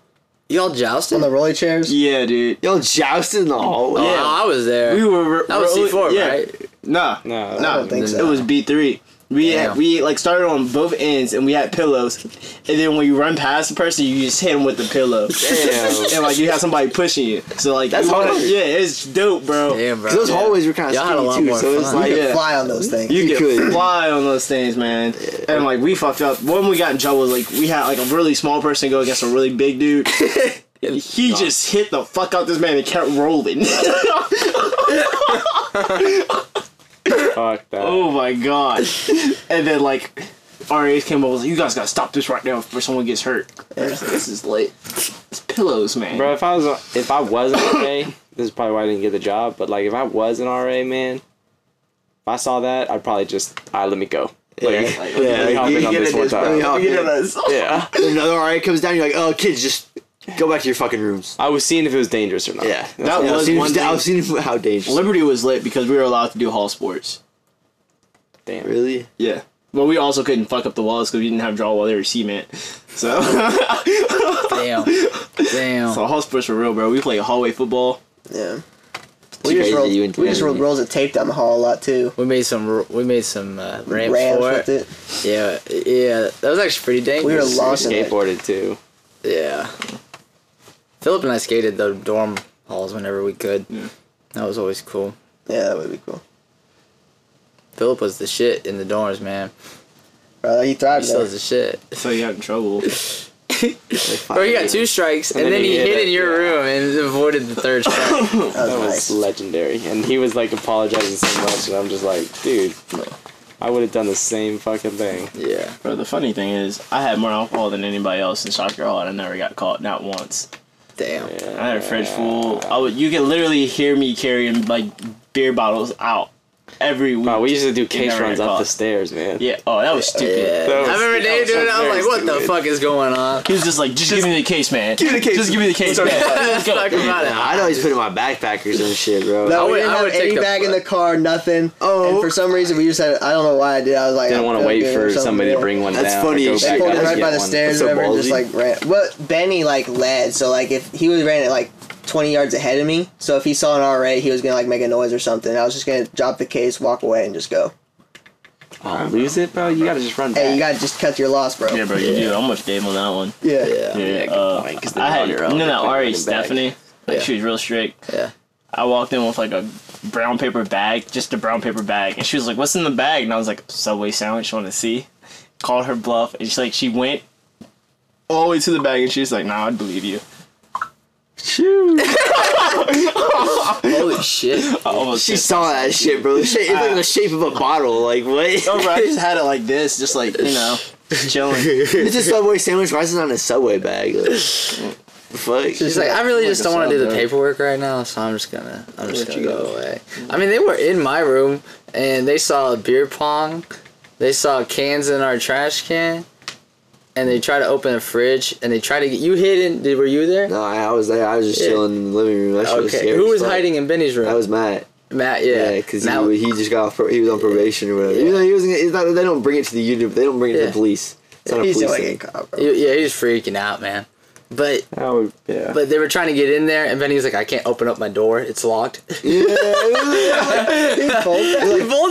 y'all
On
jousted.
the rolly chairs.
Yeah, dude.
Yo, jousted in the hallway.
Oh,
yeah.
I was there.
We were.
that was
rolling-
C four,
yeah.
right?
Nah.
No,
I
Nah.
don't think
no.
so.
It was B three. We
Damn.
had, we like started on both ends and we had pillows, and then when you run past the person, you just hit them with the pillow,
Damn.
and like you have somebody pushing you. So like
That's
you wanna-
hard.
Yeah, it's dope, bro.
Damn, bro.
Those hallways were kind of
Y'all had a
skinny
lot
too,
more
so it's
fun.
like
Yeah.
Fly on those things.
you,
get
could.
fly on those things, man. And like we fucked up. When we got in trouble, like we had like a really small person go against a really big dude. And he just hit the fuck out this man and kept rolling.
Fuck that.
oh my god! And then like RAs came over, was like, "You guys gotta stop this right now before someone gets hurt." And I was like, this is late. It's pillows, man.
Bro, if I was if I was an RA, this is probably why I didn't get the job. But like, if I was an RA, man, if I saw that, I'd probably just, all right, let me go. Like,
Yeah.
Like,
let me hop in on this one time. Yeah,
Another RA comes down, you're like, oh, kids, just go back to your fucking rooms.
I was seeing if it was dangerous or not.
Yeah.
That
I've
was
seen,
one
I've seen how dangerous.
Liberty was lit because we were allowed to do hall sports.
damn.
Really?
Yeah. Well, we also couldn't fuck up the walls because we didn't have draw while they were cement. So,
Damn. Damn.
so hall sports were real, bro. We played hallway football.
Yeah.
It's
We just,
crazy
rolled,
you
we just rolled
intimidated
rolls of tape down the hall a lot too.
we made some. r- We made some uh, ramps,
Rams
for
with
it.
it.
Yeah, yeah. That was actually pretty dangerous.
We were launching it.
Skateboarded too.
Yeah. Philip and I skated the dorm halls whenever we could. That was always cool.
Yeah, that would be cool.
Philip was the shit in the dorms, man.
Bro, he
He
thrived
still
there.
is the shit.
So you got in trouble.
Bro, he got two strikes, and, then, he hit
it,
in your room and avoided the third strike.
That
That was
was nice.
legendary, and he was like apologizing so much, and I'm just like, dude, I would have done the same fucking thing.
yeah.
Bro, the funny thing is, I had more alcohol than anybody else in soccer hall, and I never got caught, not once.
Damn.
Yeah.
I had a fridge full. I would, you could literally hear me carrying like beer bottles out every week.
Wow, we used to do
And
case
never
runs
got
up the
caught.
stairs, man.
Yeah. Oh, that was stupid.
Yeah.
That was-
I remember
that
Dave
was
doing it. I was like,
hilarious,
"What the
dude.
fuck is going on?"
He was just like, just, give me the case, man. Give me the case. Just give me the case, man. Let's
Talk
go.
about it.
I'd always put in my backpackers and shit, bro.
No,
I
we
would-
didn't
I
have
would take
any
the
bag in
front.
the car, nothing.
Oh.
And for some reason, we just had, I don't know why I did. I was like,
Didn't
I
want to
feel
wait
good or
for
something.
somebody to bring one
That's
down.
funny
or go
as
They
shit.
back
pulled
out
it
and
right
get
by the
one.
stairs
That's so
or whatever and just
ballsy.
like ran. But Benny like led, so like if he was ran at like twenty yards ahead of me, so if he saw an RA, he was gonna like make a noise or something. I was just gonna drop the case, walk away, and just go.
Oh, lose it, bro. You gotta just run back.
Hey, you gotta just cut your loss, bro.
Yeah, bro, you do. I'm with Dave on that one.
Yeah.
Yeah.
Yeah,
Oh, good
uh,
point, 'cause they
I had
run around
no,
and
no,
put it in
Ari
the bag.
Stephanie. Like
Yeah.
she was real strict.
Yeah.
I walked in with like a brown paper bag, just a brown paper bag, and she was like, "What's in the bag?" And I was like, "Subway sandwich. Want to see?" Called her bluff, and she's like, she went all the way to the bag, and she's like, "Nah, I'd believe you."
Holy shit.
I almost
She
pissed
saw that shit, bro. The shape, it's like the shape of a bottle. Like, what?
myself. No, bro, I just had it like this, just like you know, chilling.
it's a Subway sandwich. Why is it on a Subway bag? Like, the fuck?
She's like, I really just don't want to do the
sub, bro.
paperwork right now, so I'm just gonna, I'm just
Let
gonna
you
go away. I mean, they were in my room and they saw a beer pong, they saw cans in our trash can, and they tried to open a fridge and they tried to get you hidden. Did were you there?
no, I, I was there. I was just
Yeah.
chilling in the living room. That shit was
okay.
scary
Who
as
was
fuck.
hiding in Benny's room?
That was Matt.
Matt. Yeah,
Yeah, because
Matt-
he, he just got off. Pro- he was on probation or whatever. You know, he was. It's not, they don't bring it to the union. They don't bring it to
Yeah.
the police. It's not a
He's
police
like a
thing.
cop, bro.
you- yeah, he was freaking out, man. But
I would, yeah.
but they were trying to get in there, and Benny was like, "I can't open up my door; it's locked." he pulled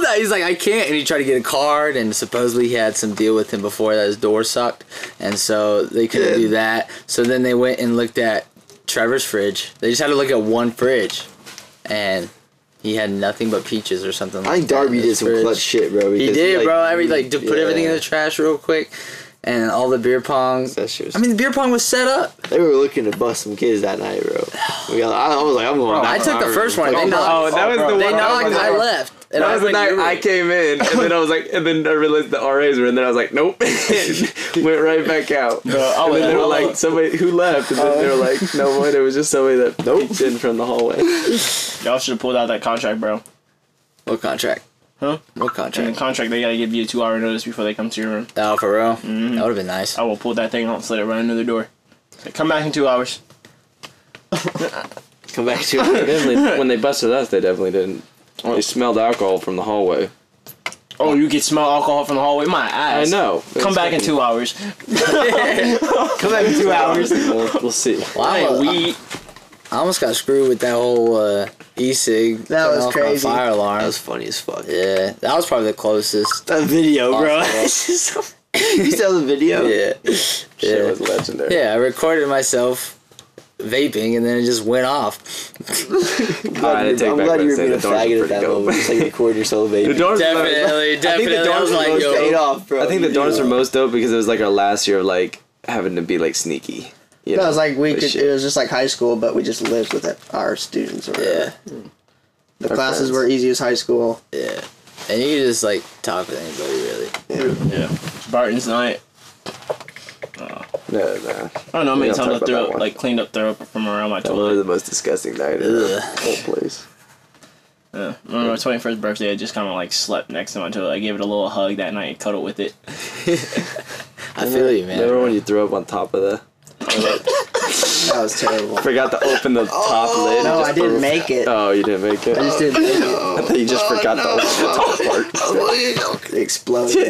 that. He's like, I can't. And he tried to get a card, and supposedly he had some deal with him before that his door sucked, and so they couldn't do that. So then they went and looked at Trevor's fridge. They just had to look at one fridge, and he had nothing but peaches or something.
I think
that in
Darby
his
did some
fridge.
clutch shit, bro.
He
because,
did,
like,
bro. Every like to put everything in
yeah.
the trash real quick, and all the beer pongs.
That shit was-
I mean, the beer pong was set up.
They were looking to bust some kids that night, bro. We got, I, I was like, I'm going. back
I
to
took
my
the
room.
first one. They
Oh,
knocked.
that was the
They
one.
knocked. I left. And
That was the
went to
night
your
I
room.
came in, and then I was like, and then I realized the RAs were in. Then I was like, nope, went right back out.
I
and then they were
was
like, somebody who left, and then they were like, no one. It was just somebody that peeked in from the hallway.
y'all should have pulled out that contract, bro.
What contract?
Huh?
What
In the
contract?
contract, they gotta give you a two-hour notice before they come to your
Mm.
room.
Oh, for real?
Mm-hmm.
That would have been nice.
I will pull that thing out, and let it run into the door. Like, come back in two hours.
Come back to it.
definitely, when they busted us, they definitely didn't. They smelled alcohol from the hallway.
Oh, you can smell alcohol from the hallway. My ass.
know.
Come back in two hours.
Come back in two hours.
We'll, we'll see.
Well, I,
Hey,
al-
we
I almost got screwed with that whole uh, e-cig.
That
turn
was
off my
crazy.
Fire alarm.
That was funny as fuck.
yeah, that was probably the closest.
That video, bro.
Awesome.
It's just so- you saw the video?
Yeah,
Shit
Yeah.
was legendary.
yeah. I recorded myself vaping, and then it just went off.
All right, I take
I'm
back
glad
what I
you were
said.
being a
The doors
faggot
were
at that
pretty dope.
moment. Just like record yourself
The
baby.
doors were like-
Definitely,
I think
definitely.
the
I was
doors were
like,
most
yo,
Paid off, bro.
I think the
You
donuts
know.
are most dope because it was like our last year of like having to be like sneaky. You
No,
know?
it was like we
But
could.
shit.
It was just like high school, but we just lived with it, our students. Or
yeah,
whatever. the
Our
classes
friends.
were easy as high school.
yeah. And you could just like talk with anybody, really.
Yeah. Barton's night.
No, no.
I don't know how many
We don't
times
talk
I
about
threw
that
up,
one.
like cleaned up throw up from around my
That was
toilet.
the most disgusting night in the whole place.
Yeah. I remember my twenty first birthday, I just kind of like slept next to my toilet. I gave it a little hug that night, cuddled with it.
I feel you, man.
Remember when you threw up on top of the?
That was terrible.
Forgot to open the top lid. and
Oh, No,
just
I didn't
threw-
make Oh, it. I
Oh, you didn't make it.
just didn't make it.
I thought you just forgot to open the top part.
It exploded.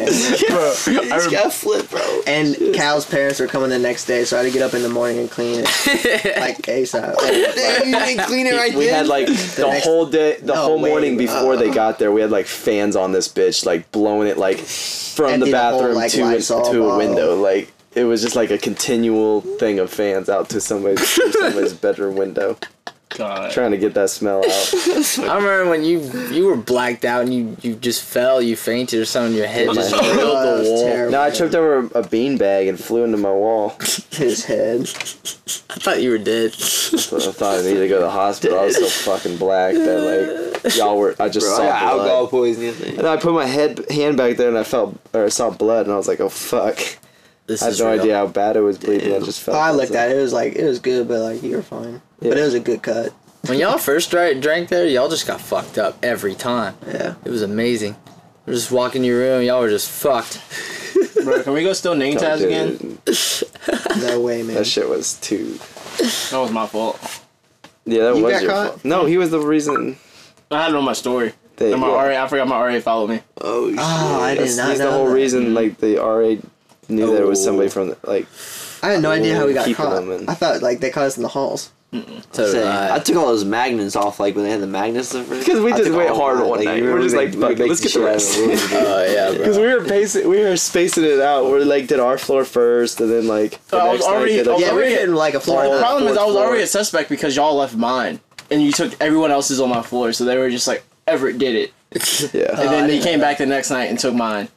I just got flipped, bro.
And Cal's parents were coming the next day, so I had to get up in the morning and clean it like ASAP.
Damn, you didn't clean it right
We had like the,
next-
whole day, the
No
whole morning
way.
before they got there, we had from fans on this bitch, like blowing it like from the
Empty the whole,
bathroom
like,
to a,
Lysol
to a
bottle.
window. Like it was just like a continual thing of fans out to somebody's through somebody's bedroom window,
God.
trying to get that smell out.
I remember when you you were blacked out and you, you just fell, you fainted or something, your head just
Oh,
hit
that was
the wall.
terrible.
No, I tripped over a beanbag and flew into my wall.
His head.
I thought you were dead.
That's what I thought I needed to go to the hospital. I was so fucking black that like y'all were. I just
Bro, I
saw
got
blood.
alcohol poisoning.
And I put my head hand back there and I felt or I saw blood and I was like, oh fuck.
This
I had
is
no
real.
idea how bad it was bleeding. I just felt.
Oh, I looked at it. It was like it was good, but like you were fine. But
Yeah.
it was a good cut.
When y'all first drank, drank there, y'all just got fucked up every time.
Yeah.
It was amazing. We Just walk in your room, y'all were just fucked.
Bro, can we go still name
Oh,
tabs
dude,
again?
No way, man.
That shit was too.
That was my fault.
Yeah, that
You
was
got
your
caught?
fault. No, he was the reason.
I had it on my story.
That,
And my
yeah,
RA, I forgot my RA followed me.
Oh, shit.
Ah,
Oh, I did
that's-
not
he's
know
the whole
that.
reason. Like the RA knew there was somebody from the, like.
I had no idea how we got
Keeping
caught.
them in.
I thought like they caught us in the halls.
So did
Same. I
I.
took all those magnets off, like when they had the magnets.
Because we just went hard one night. We're just like, fuck it, let's get the rest.
Oh, yeah, bro.
Because we were pacing, we were spacing it out. We like did our floor first, and then like the
Oh, I was
next night
already-
did,
I
like,
was
Yeah, we were
already-
getting
Oh,
like a floor.
The
high.
problem is I was
fourth
already
floor.
a suspect because y'all left mine, and you took everyone else's on my floor. So they were just like Everett did it,
yeah.
and
I
then they
didn't
came back the next night and took mine.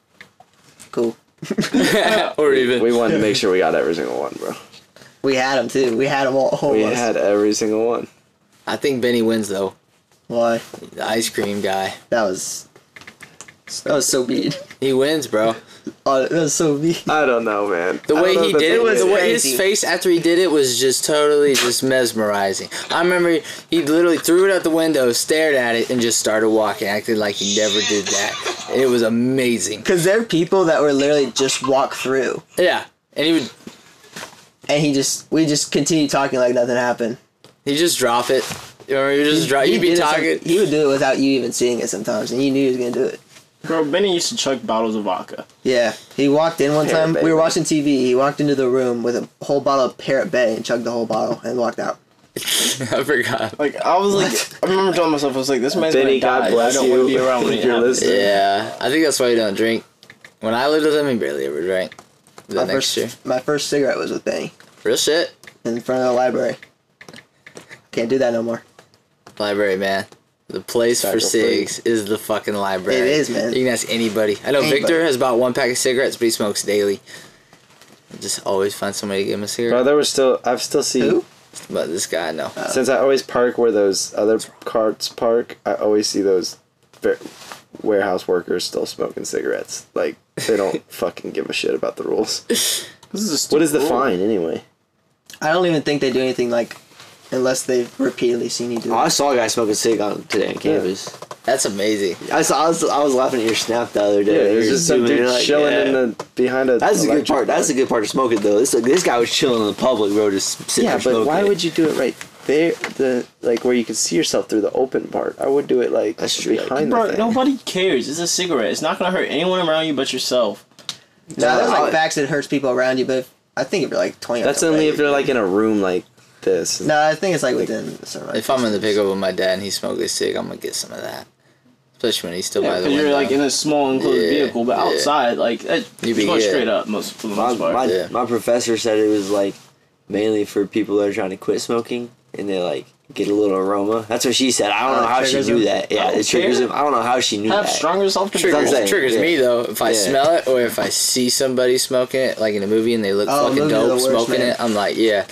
cool.
or even.
We wanted to make sure we got every single one, bro.
We had them too. We had them all. Whole
We
of us.
had every single one.
I think Benny wins, though.
Why?
The ice cream guy.
That was. That was so mean.
He wins, bro.
Oh, that was so mean.
I don't know, man.
The
I
way
don't know
he
if
did
that's
it,
what
was the
it
way
is.
his face after he did it was just totally just mesmerizing. I remember he literally threw it out the window, stared at it, and just started walking, acting like he never did that. It was amazing.
Cause there are people that were literally just walk through,
Yeah, and he would
and he just we just continued talking like nothing happened.
he just drop it. You know, you just drop. You'd be
did it some-
talking.
he would do it without you even seeing it sometimes, and you knew he was gonna do it.
Bro, Benny used to chug bottles of vodka.
Yeah, he walked in one
Parrot
time.
Bay,
we were
right?
watching TV. He walked into the room with a whole bottle of Parrot Bay and chugged the whole bottle and walked out.
I forgot.
Like I was like, I remember telling myself, I was like, this man's
Benny,
gonna
God
die.
bless
I don't
you.
want to be around when
if
it
you're
happens.
listening.
Yeah, I think that's why he don't drink. When I lived with him, he barely ever drank. The
My
next
first,
year,
my first cigarette was with Benny
real shit.
in front of the library. Can't do that no more.
Library, man. The place for cigs is the fucking library.
It is, man.
You can ask anybody. I know
Anybody.
Victor has bought one pack of cigarettes, but he smokes daily. Just always find somebody to give him a
Bro,
cigarette.
there was still. I've still seen.
Who?
But this guy, no.
Since I always park where those other carts park, I always see those ver- warehouse workers still smoking cigarettes. Like they don't fucking give a shit about the rules.
This is a stupid
What is the
rule.
fine anyway?
I don't even think they do anything like, unless they've repeatedly seen you do.
Oh,
it.
I saw a guy smoking cig on today on campus.
That's amazing.
I saw. I was, I was laughing at your snap the other day.
Yeah, there's
You're
just some
doing it,
dude
like,
chilling
yeah.
in the behind a.
That's a good
electric
part. That's the good part of smoking, though. This this guy was chilling in the public, bro, just sitting
Yeah,
there
but
smoking.
why would you do it right there? The like where you can see yourself through the open part. I would do it like
That's true.
behind
Bro,
the thing.
nobody cares. It's a cigarette. It's not gonna hurt anyone around you but yourself.
No, there's
I-
like facts that hurts people around you, but if, I think if you're like 20.
That's only if you're like in a room like
this.
No, I think it's like within the certain.
If I'm in the pickup with my dad and he smokes a cig, I'm gonna get some of that. Especially when he's still by
Yeah,
the
because you're
window.
like in a small enclosed
Yeah,
vehicle, but
yeah.
outside, like that,
You
you
be
be going
good.
straight up most for the
My,
most part.
my,
Yeah.
my professor said it was like mainly for people that are trying to quit smoking and they like get a little aroma. That's what she said. I don't
Oh,
know
it
how she
triggers
knew
them?
that. Yeah,
I don't
it triggers
care.
them. I don't know how she knew
Have
that.
stronger self control.
triggers,
That's what I'm saying,
triggers
yeah.
me though if I
Yeah.
smell it or if I see somebody smoking it, like in a movie, and they look
Oh,
fucking
movies are the
dope
worst,
smoking
man.
it. I'm like, yeah,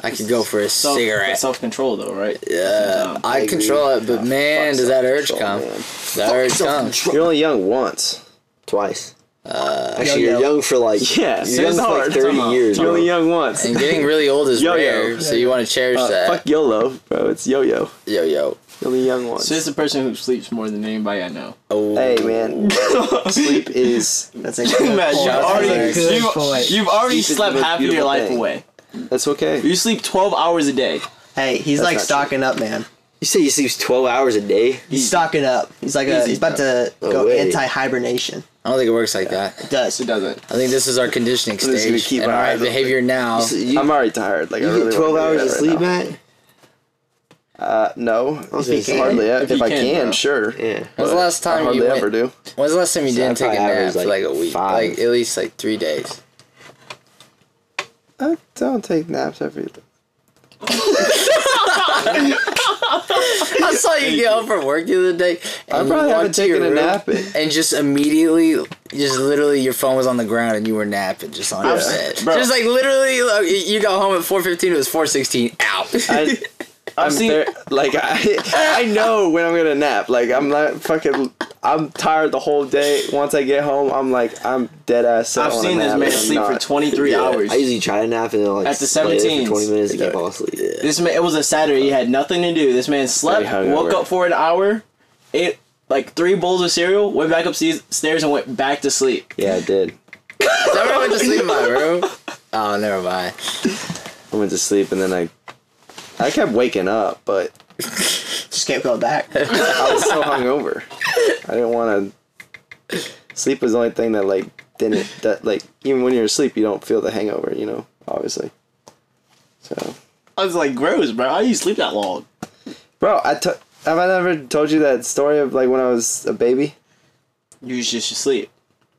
I could go for a cigarette.
Self control though, right?
yeah,
I
I,
agree.
control it, but man, does that urge come?
man.
That urge comes.
You're only young once.
Twice. Actually,
Yo,
you're
yo.
young for like
Yeah,
you're young for
it's
like
hard.
thirty
Time out.
years.
You're
bro.
only young once.
And getting really old is
Yo-yo.
rare, so you want to cherish
Uh,
that.
fuck YOLO, bro. It's yo yo.
Yo yo.
You're only young once.
So it's the person who sleeps more than anybody I know.
Oh,
Hey man, sleep is
That's a good
Matt,
point.
you've
Shout out
That's a
already,
good
you've,
point.
you've already
Sleep is
slept
the most
half of your
beautiful
life
thing.
away.
that's okay.
You sleep 12 hours a day.
Hey, he's
That's
like
not
stocking up, man.
You say he sleeps twelve hours a day.
He's stocking up. He's like a,
Easy
he's about to
No
go
way.
anti hibernation.
I don't think it works like that.
It does.
It doesn't.
I think this is our conditioning
just gonna
stage.
keep
and
my
our
eyes
behavior now.
So you,
I'm already tired. Like
you
I really
get twelve
wanna do
hours of
that right
sleep,
now.
Matt.
Uh, no,
if you
it's
can.
hardly
If
if,
you
I
can,
can,
bro.
sure.
Yeah.
When's the
But
last
I
time
hardly
you went?
ever do.
When's the last time you
So I
didn't take a nap
probably average,
for like
like,
a week?
five.
Like at least like three days.
I don't take naps every.
I saw you get home from work the other day.
I
and you
probably haven't
walked to your
taken a
room
nap. in-
And just immediately, just literally, your phone was on the ground and you were napping just on your bed.
bro.
Just like literally, like, you got home at four fifteen. It was four sixteen. Out.
I, I'm
seen-
there, like I, I know when I'm gonna nap. Like I'm not fucking. I'm tired the whole day. Once I get home, I'm like I'm dead ass. set
I've
on a
seen this
nap,
man
and I'm
sleep for
not-
23 hours.
I usually try to nap and then like
At the
lay there
17s.
for twenty minutes and can't fall asleep.
This man, it was a Saturday. He had nothing to do. This man slept,
hungover.
woke up for an hour, ate like three bowls of cereal, went back upstairs and went back to sleep.
Yeah, I did.
Is that where I went to sleep in my room? Oh, never mind.
I went to sleep and then I, I kept waking up, but
Just kept going back.
I was so hungover. I didn't want to. Sleep was the only thing that like didn't that like even when you're asleep you don't feel the hangover you know obviously. So,
I was like, gross, bro. How do you sleep that long?
bro, I t- have I never told you that story of like when I was a baby.
You just just sleep.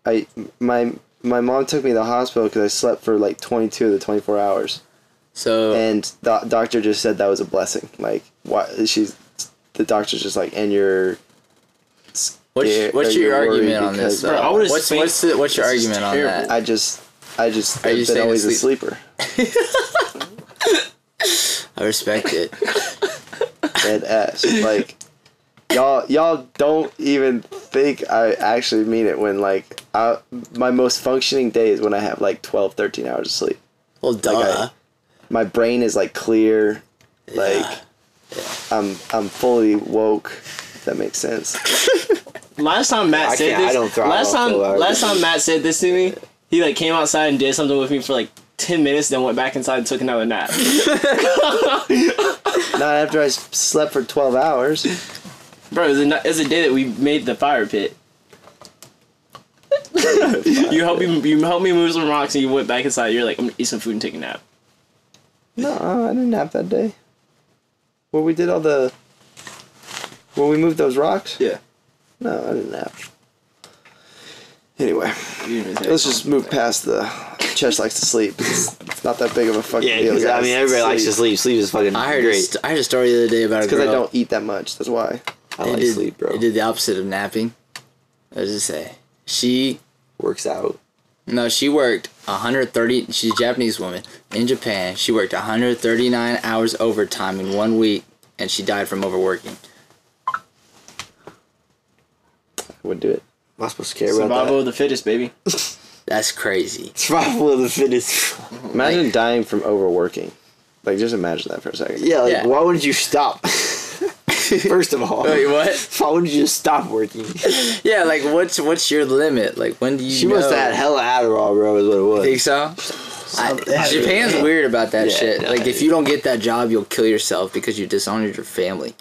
I my my mom took me to the hospital because I slept for like 22 of the 24 hours,
So
and the doctor just said that was a blessing. Like, why she's the doctor's just like, and you're.
what's,
scared-
what's
or
your
you're worried
argument on this?
because-
Though?
Bro, I would've
what's
spanked-
what's the, what's your
this is
argument on
terrible.
that?
I just, I just,
Are you
I've been
staying
always a
asleep?
sleeper.
I respect it.
Dead ass. Like, y'all, y'all don't even think I actually mean it when like, I, my most functioning day is when I have like 12, 13 hours of sleep.
Well, duh.
I- my brain is like clear like i'm i'm fully woke if that makes sense
Last time Matt
I
said
can't- I
this,
don't thrive
last
off
time,
twelve hours.
last time Matt said this to me, he like came outside and did something with me for like ten minutes, then went back inside and took another nap.
not Uh, after i s- slept for 12 hours
bro, it was, a, ni- it was a day that we made the fire pit. you helped me. You helped me move some rocks, and you went back inside. You're like, I'm gonna eat some food and take a nap.
no i didn't nap that day well we did all the well we moved those rocks
Yeah.
no i didn't nap anyway
You didn't
let's just move past the chess likes to sleep it's, it's not that big of a fucking
Yeah,
deal
because I
guys.
mean everybody likes to
Sleep.
sleep. Sleep is fucking
I heard a
great.
st- I heard a story the other day about a
because
girl.
i don't eat that much that's why
I
It
like
did,
sleep, bro.
it did the opposite of napping. What does it say? She
Works out.
no, she worked 130. She's a Japanese woman in Japan. She worked 139 hours overtime in one week, and she died from overworking.
i would do it
Am I supposed to care about
Survival
that?
of the fittest, baby.
That's crazy.
Survival of the fittest.
imagine dying from overworking like just imagine that for a second
yeah, like
Yeah.
why would you stop? First of all,
Wait, what?
why would you just stop working?
Yeah, like what's what's your limit? Like when do you?
She must
know?
have had hella Adderall, bro. Is what it was.
Think so? I, Japan's weird about that
Yeah,
shit.
no,
like if you don't get that job, you'll kill yourself because you dishonored your family.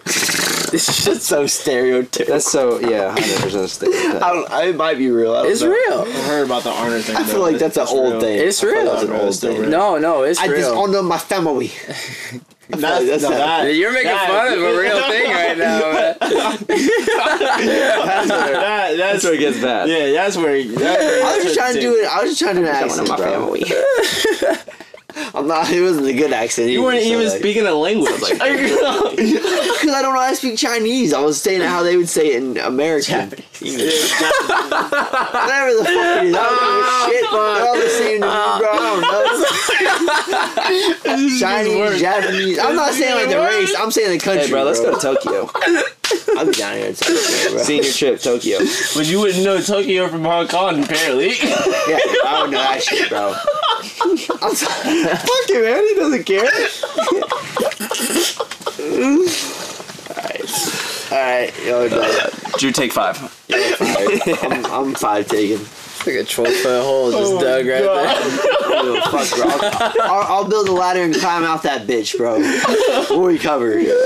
This shit's
so stereotypical.
That's so yeah, hundred percent
I
stereotype.
don't. I, it might be real. I don't
It's
know.
real.
I heard about the honor thing.
I feel like that's an old thing.
It's
I feel like
real.
That's an
Bro,
old
it's still
thing.
real.
No, no, it's
I
real.
dishonor my family.
That's,
That's
no,
not-
that,
You're making
that-
fun of a real thing right now. Man.
That, that's
That's where it gets bad.
Yeah, that's where. That's where
I was just trying to do it. I was just trying to do an
Dishonor
accent,
my
bro. I'm not. It wasn't a good accent.
You weren't even speaking a language.
because I don't know how to speak Chinese. I was saying it how they would say it in American. English. Whatever the fuck it
Ah.
is. I don't give a shit. They're all the same to me, bro. I don't know. Chinese, Japanese. I'm not saying like the race. I'm saying the country.
Hey, bro, let's go to Tokyo.
I'll be down here. in Tokyo, bro.
Senior trip, Tokyo.
but you wouldn't know Tokyo from Hong Kong, apparently.
Yeah, I don't know that shit, bro. I'm sorry.
Fuck it, man. He doesn't care.
All right, yo, dog.
Drew, take five.
I'm, I'm five taken.
It's like a 12 foot hole just
Oh.
dug right there.
Yo, fuck, bro. I'll, I'll, I'll build a ladder and climb out that bitch, bro. We'll recover.
You're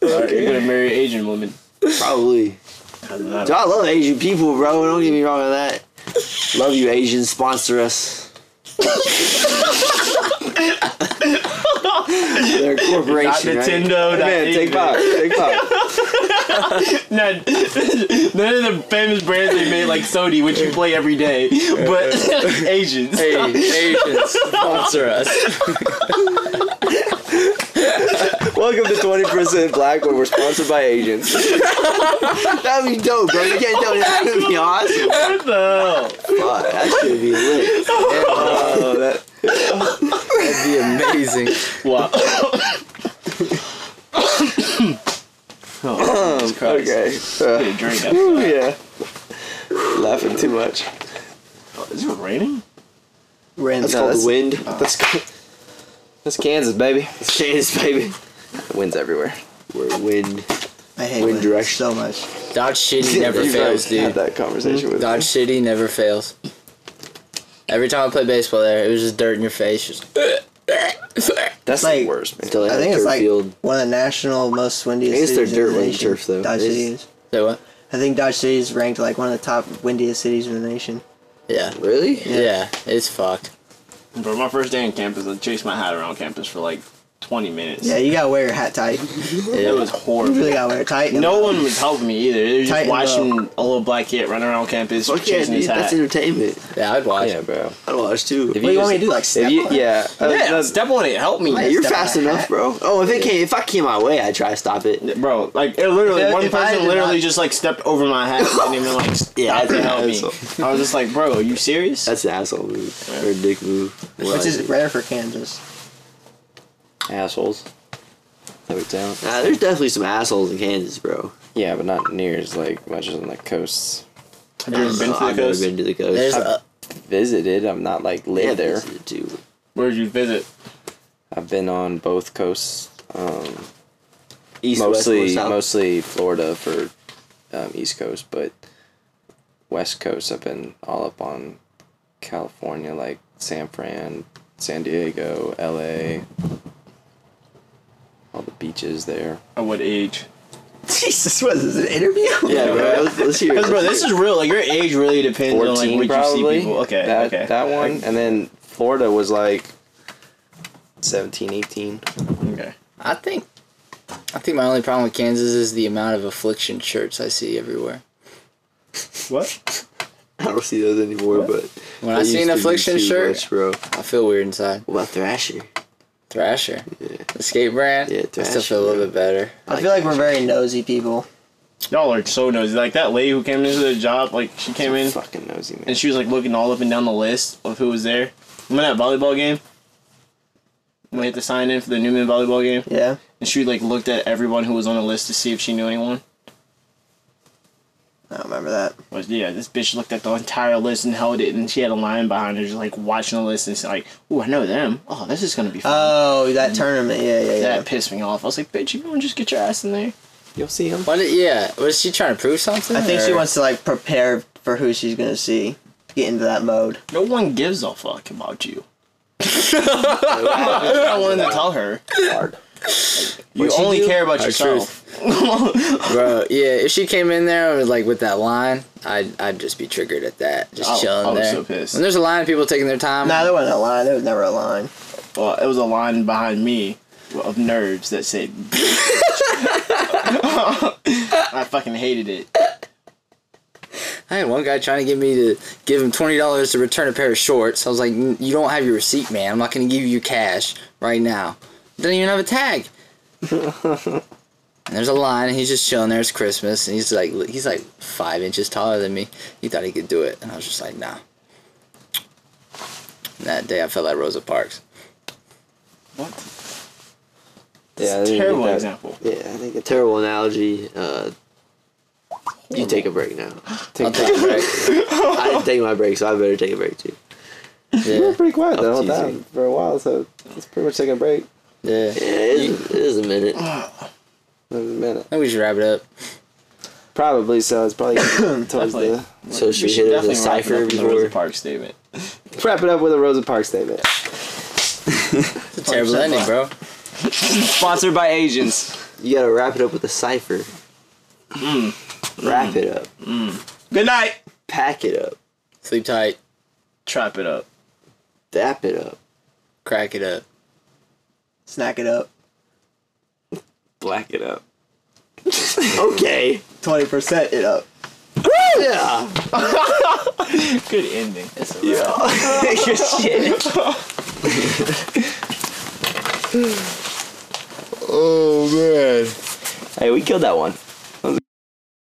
gonna marry an Asian woman.
Probably. Dude, I love Asian people, bro. Don't get me wrong on that. Love you, Asians. Sponsor us. They're a
Not
corporation, right?
Nintendo. Not
Man, take
Asian.
five. Take five.
None, none of the famous brands they made, like Sony, which you play every day, but Asians.
Hey, Asians, sponsor us.
Welcome to 20% Black, where we're sponsored by agents.
That'd be dope, bro. You can't tell me that would be awesome.
What the
Fuck, that should be lit.
Oh, that.
That'd be amazing.
hell? Wow. oh, Jesus Christ.
Okay. Uh,
Get a drink.
whew, yeah. Laughing too much.
Is it raining?
That's
No,
called
that's-
wind.
That's cool. That's Kansas, baby.
Chance, baby.
Wind's everywhere.
We're wind.
I hate
Wind
wind
direction.
so much.
Dodge City never
You've
fails,
already Had
dude.
that conversation with
Dodge City never fails. Every time I play baseball there, it was just dirt in your face. Just
That's
like-
the worst, man.
Until they
I
have
think
turf
it's like
field.
one of the national most windiest.
I guess they're
cities in
dirt
the
when they
nation.
turf, though.
Dodge
It is-
City is.
Say what?
I think Dodge City is ranked like one of the top windiest cities in the nation.
Yeah.
Really?
Yeah, it's fucked.
Bro, my first day on campus, I chased my hat around campus for like 20 minutes.
Yeah, you gotta wear your hat tight.
It was horrible.
You really gotta wear it tight. and
No
low.
one was helping me either. They were just
Tighten
watching a little black kid running around campus
Fuck yeah,
chasing
dude.
his hat.
That's entertainment.
Yeah, I'd watch.
Yeah, bro.
I'd watch too.
If
What do you want me to do? Like
If
step
you,
on it?
yeah, uh,
yeah,
that's-
step on it. Help me.
Like,
You're
step on
fast
that
enough,
hat.
bro. Oh, if it came, if I came my way, I try to stop it.
Bro, like it literally,
If-
one
if I
person
did
literally
not-
just like stepped over my hat and didn't even like stop
Yeah,
to help me.
that's-
I was just like, bro, are you serious?
That's an asshole move or a dick move.
Which is rare for Kansas.
Assholes. That we down.
Nah, there's definitely some assholes in Kansas, bro.
Yeah, but not near as like much as on the coasts.
Have you ever been
Uh,
to the
I've never
coast?
been to the coast.
There's
I've
a,
Visited. I'm not like lived
been
there.
visited, too.
Where did you visit?
I've been on both coasts. Um,
East,
mostly
west, north, south.
mostly Florida for um, East Coast, but West Coast I've been all up on California, like San Fran, San Diego, L.A. All the beaches there.
At what age?
Jesus, what is this, an interview?
Yeah, bro. Let's, let's hear. it.
Because bro, this is real. Like your age really depends on like
Fourteen
what you see
probably.
people. Okay,
that,
okay.
That one, and then Florida was like 17, 18.
okay.
I think, I think my only problem with Kansas is the amount of affliction shirts I see everywhere.
What?
I don't see those anymore, but
When
they
I see an
used to be
affliction
too
shirt,
much, bro.
I feel weird inside.
What about Thrasher?
Thrasher, the skate brand.
Yeah,
I
Thrasher,
still feel a little bit better.
I feel like we're very nosy people.
Y'all are so nosy. Like that lady who came into the job, like she came in
Fucking nosy man.
and she was like looking all up and down the list of who was there. Remember that volleyball game? When we had to sign in for the Newman volleyball game,
Yeah.
and she like looked at everyone who was on the list to see if she knew anyone.
I don't remember that.
But yeah, this bitch looked at the entire list and held it, and she had a line behind her, just like watching the list and saying like, "Ooh, I know them. Oh, this is gonna be fun."
Oh, that tournament. Yeah, yeah, yeah.
that pissed me off. I was like, "Bitch, you wanna just get your ass in there?"
You'll see him.
What? did- Yeah, was she trying to prove something?
I think she
or-
wants to like prepare for who she's gonna see. Get into that mode.
No one gives a fuck about you. I wanted to tell her.
Hard.
You
What'd she
only
do?
care about
Our
yourself.
bro. Yeah, if she came in there with, like with that line, I'd I'd just be triggered at that. Just
I-
chilling
I was
there.
so pissed.
When there's a line of people taking their time,
Nah, there wasn't a line. There was never a line.
Well, it was a line behind me of nerds that said. I fucking hated it.
I had one guy trying to get me to give him twenty dollars to return a pair of shorts. I was like, "N- "You don't have your receipt, man. I'm not going to give you cash right now. Doesn't even have a tag." and there's a line, and he's just chilling there. It's Christmas, and he's like, he's like five inches taller than me. He thought he could do it, and I was just like, "Nah." And that day, I felt like Rosa Parks.
What?
Yeah, I think
Terrible
that-
example.
Yeah, I think a terrible analogy. Uh, you take a break now.
I'll take a break.
I didn't take my break, so I better take a break too.
You were
Yeah,
pretty quiet the whole
teasing.
time for a while, so it's pretty much taking a break.
yeah.
Yeah, it is, it is a minute.
That was a minute.
I think we should wrap it up.
Probably so. It's probably towards the.
So should
We
we hit it with
definitely wrap
a
it up
cipher
with the Rosa
before?
Parks statement.
Wrap it up with a Rosa Parks statement.
It's a terrible ending, bro.
Sponsored by Asians.
You gotta wrap it up with a cipher.
Hmm.
Wrap it up.
Good night.
Pack it up.
Sleep tight.
Trap it up.
Dap it up.
Crack it up.
Snack it up.
Black it up.
Okay.
Twenty percent it up.
Yeah.
Good ending.
Hey, we killed that one.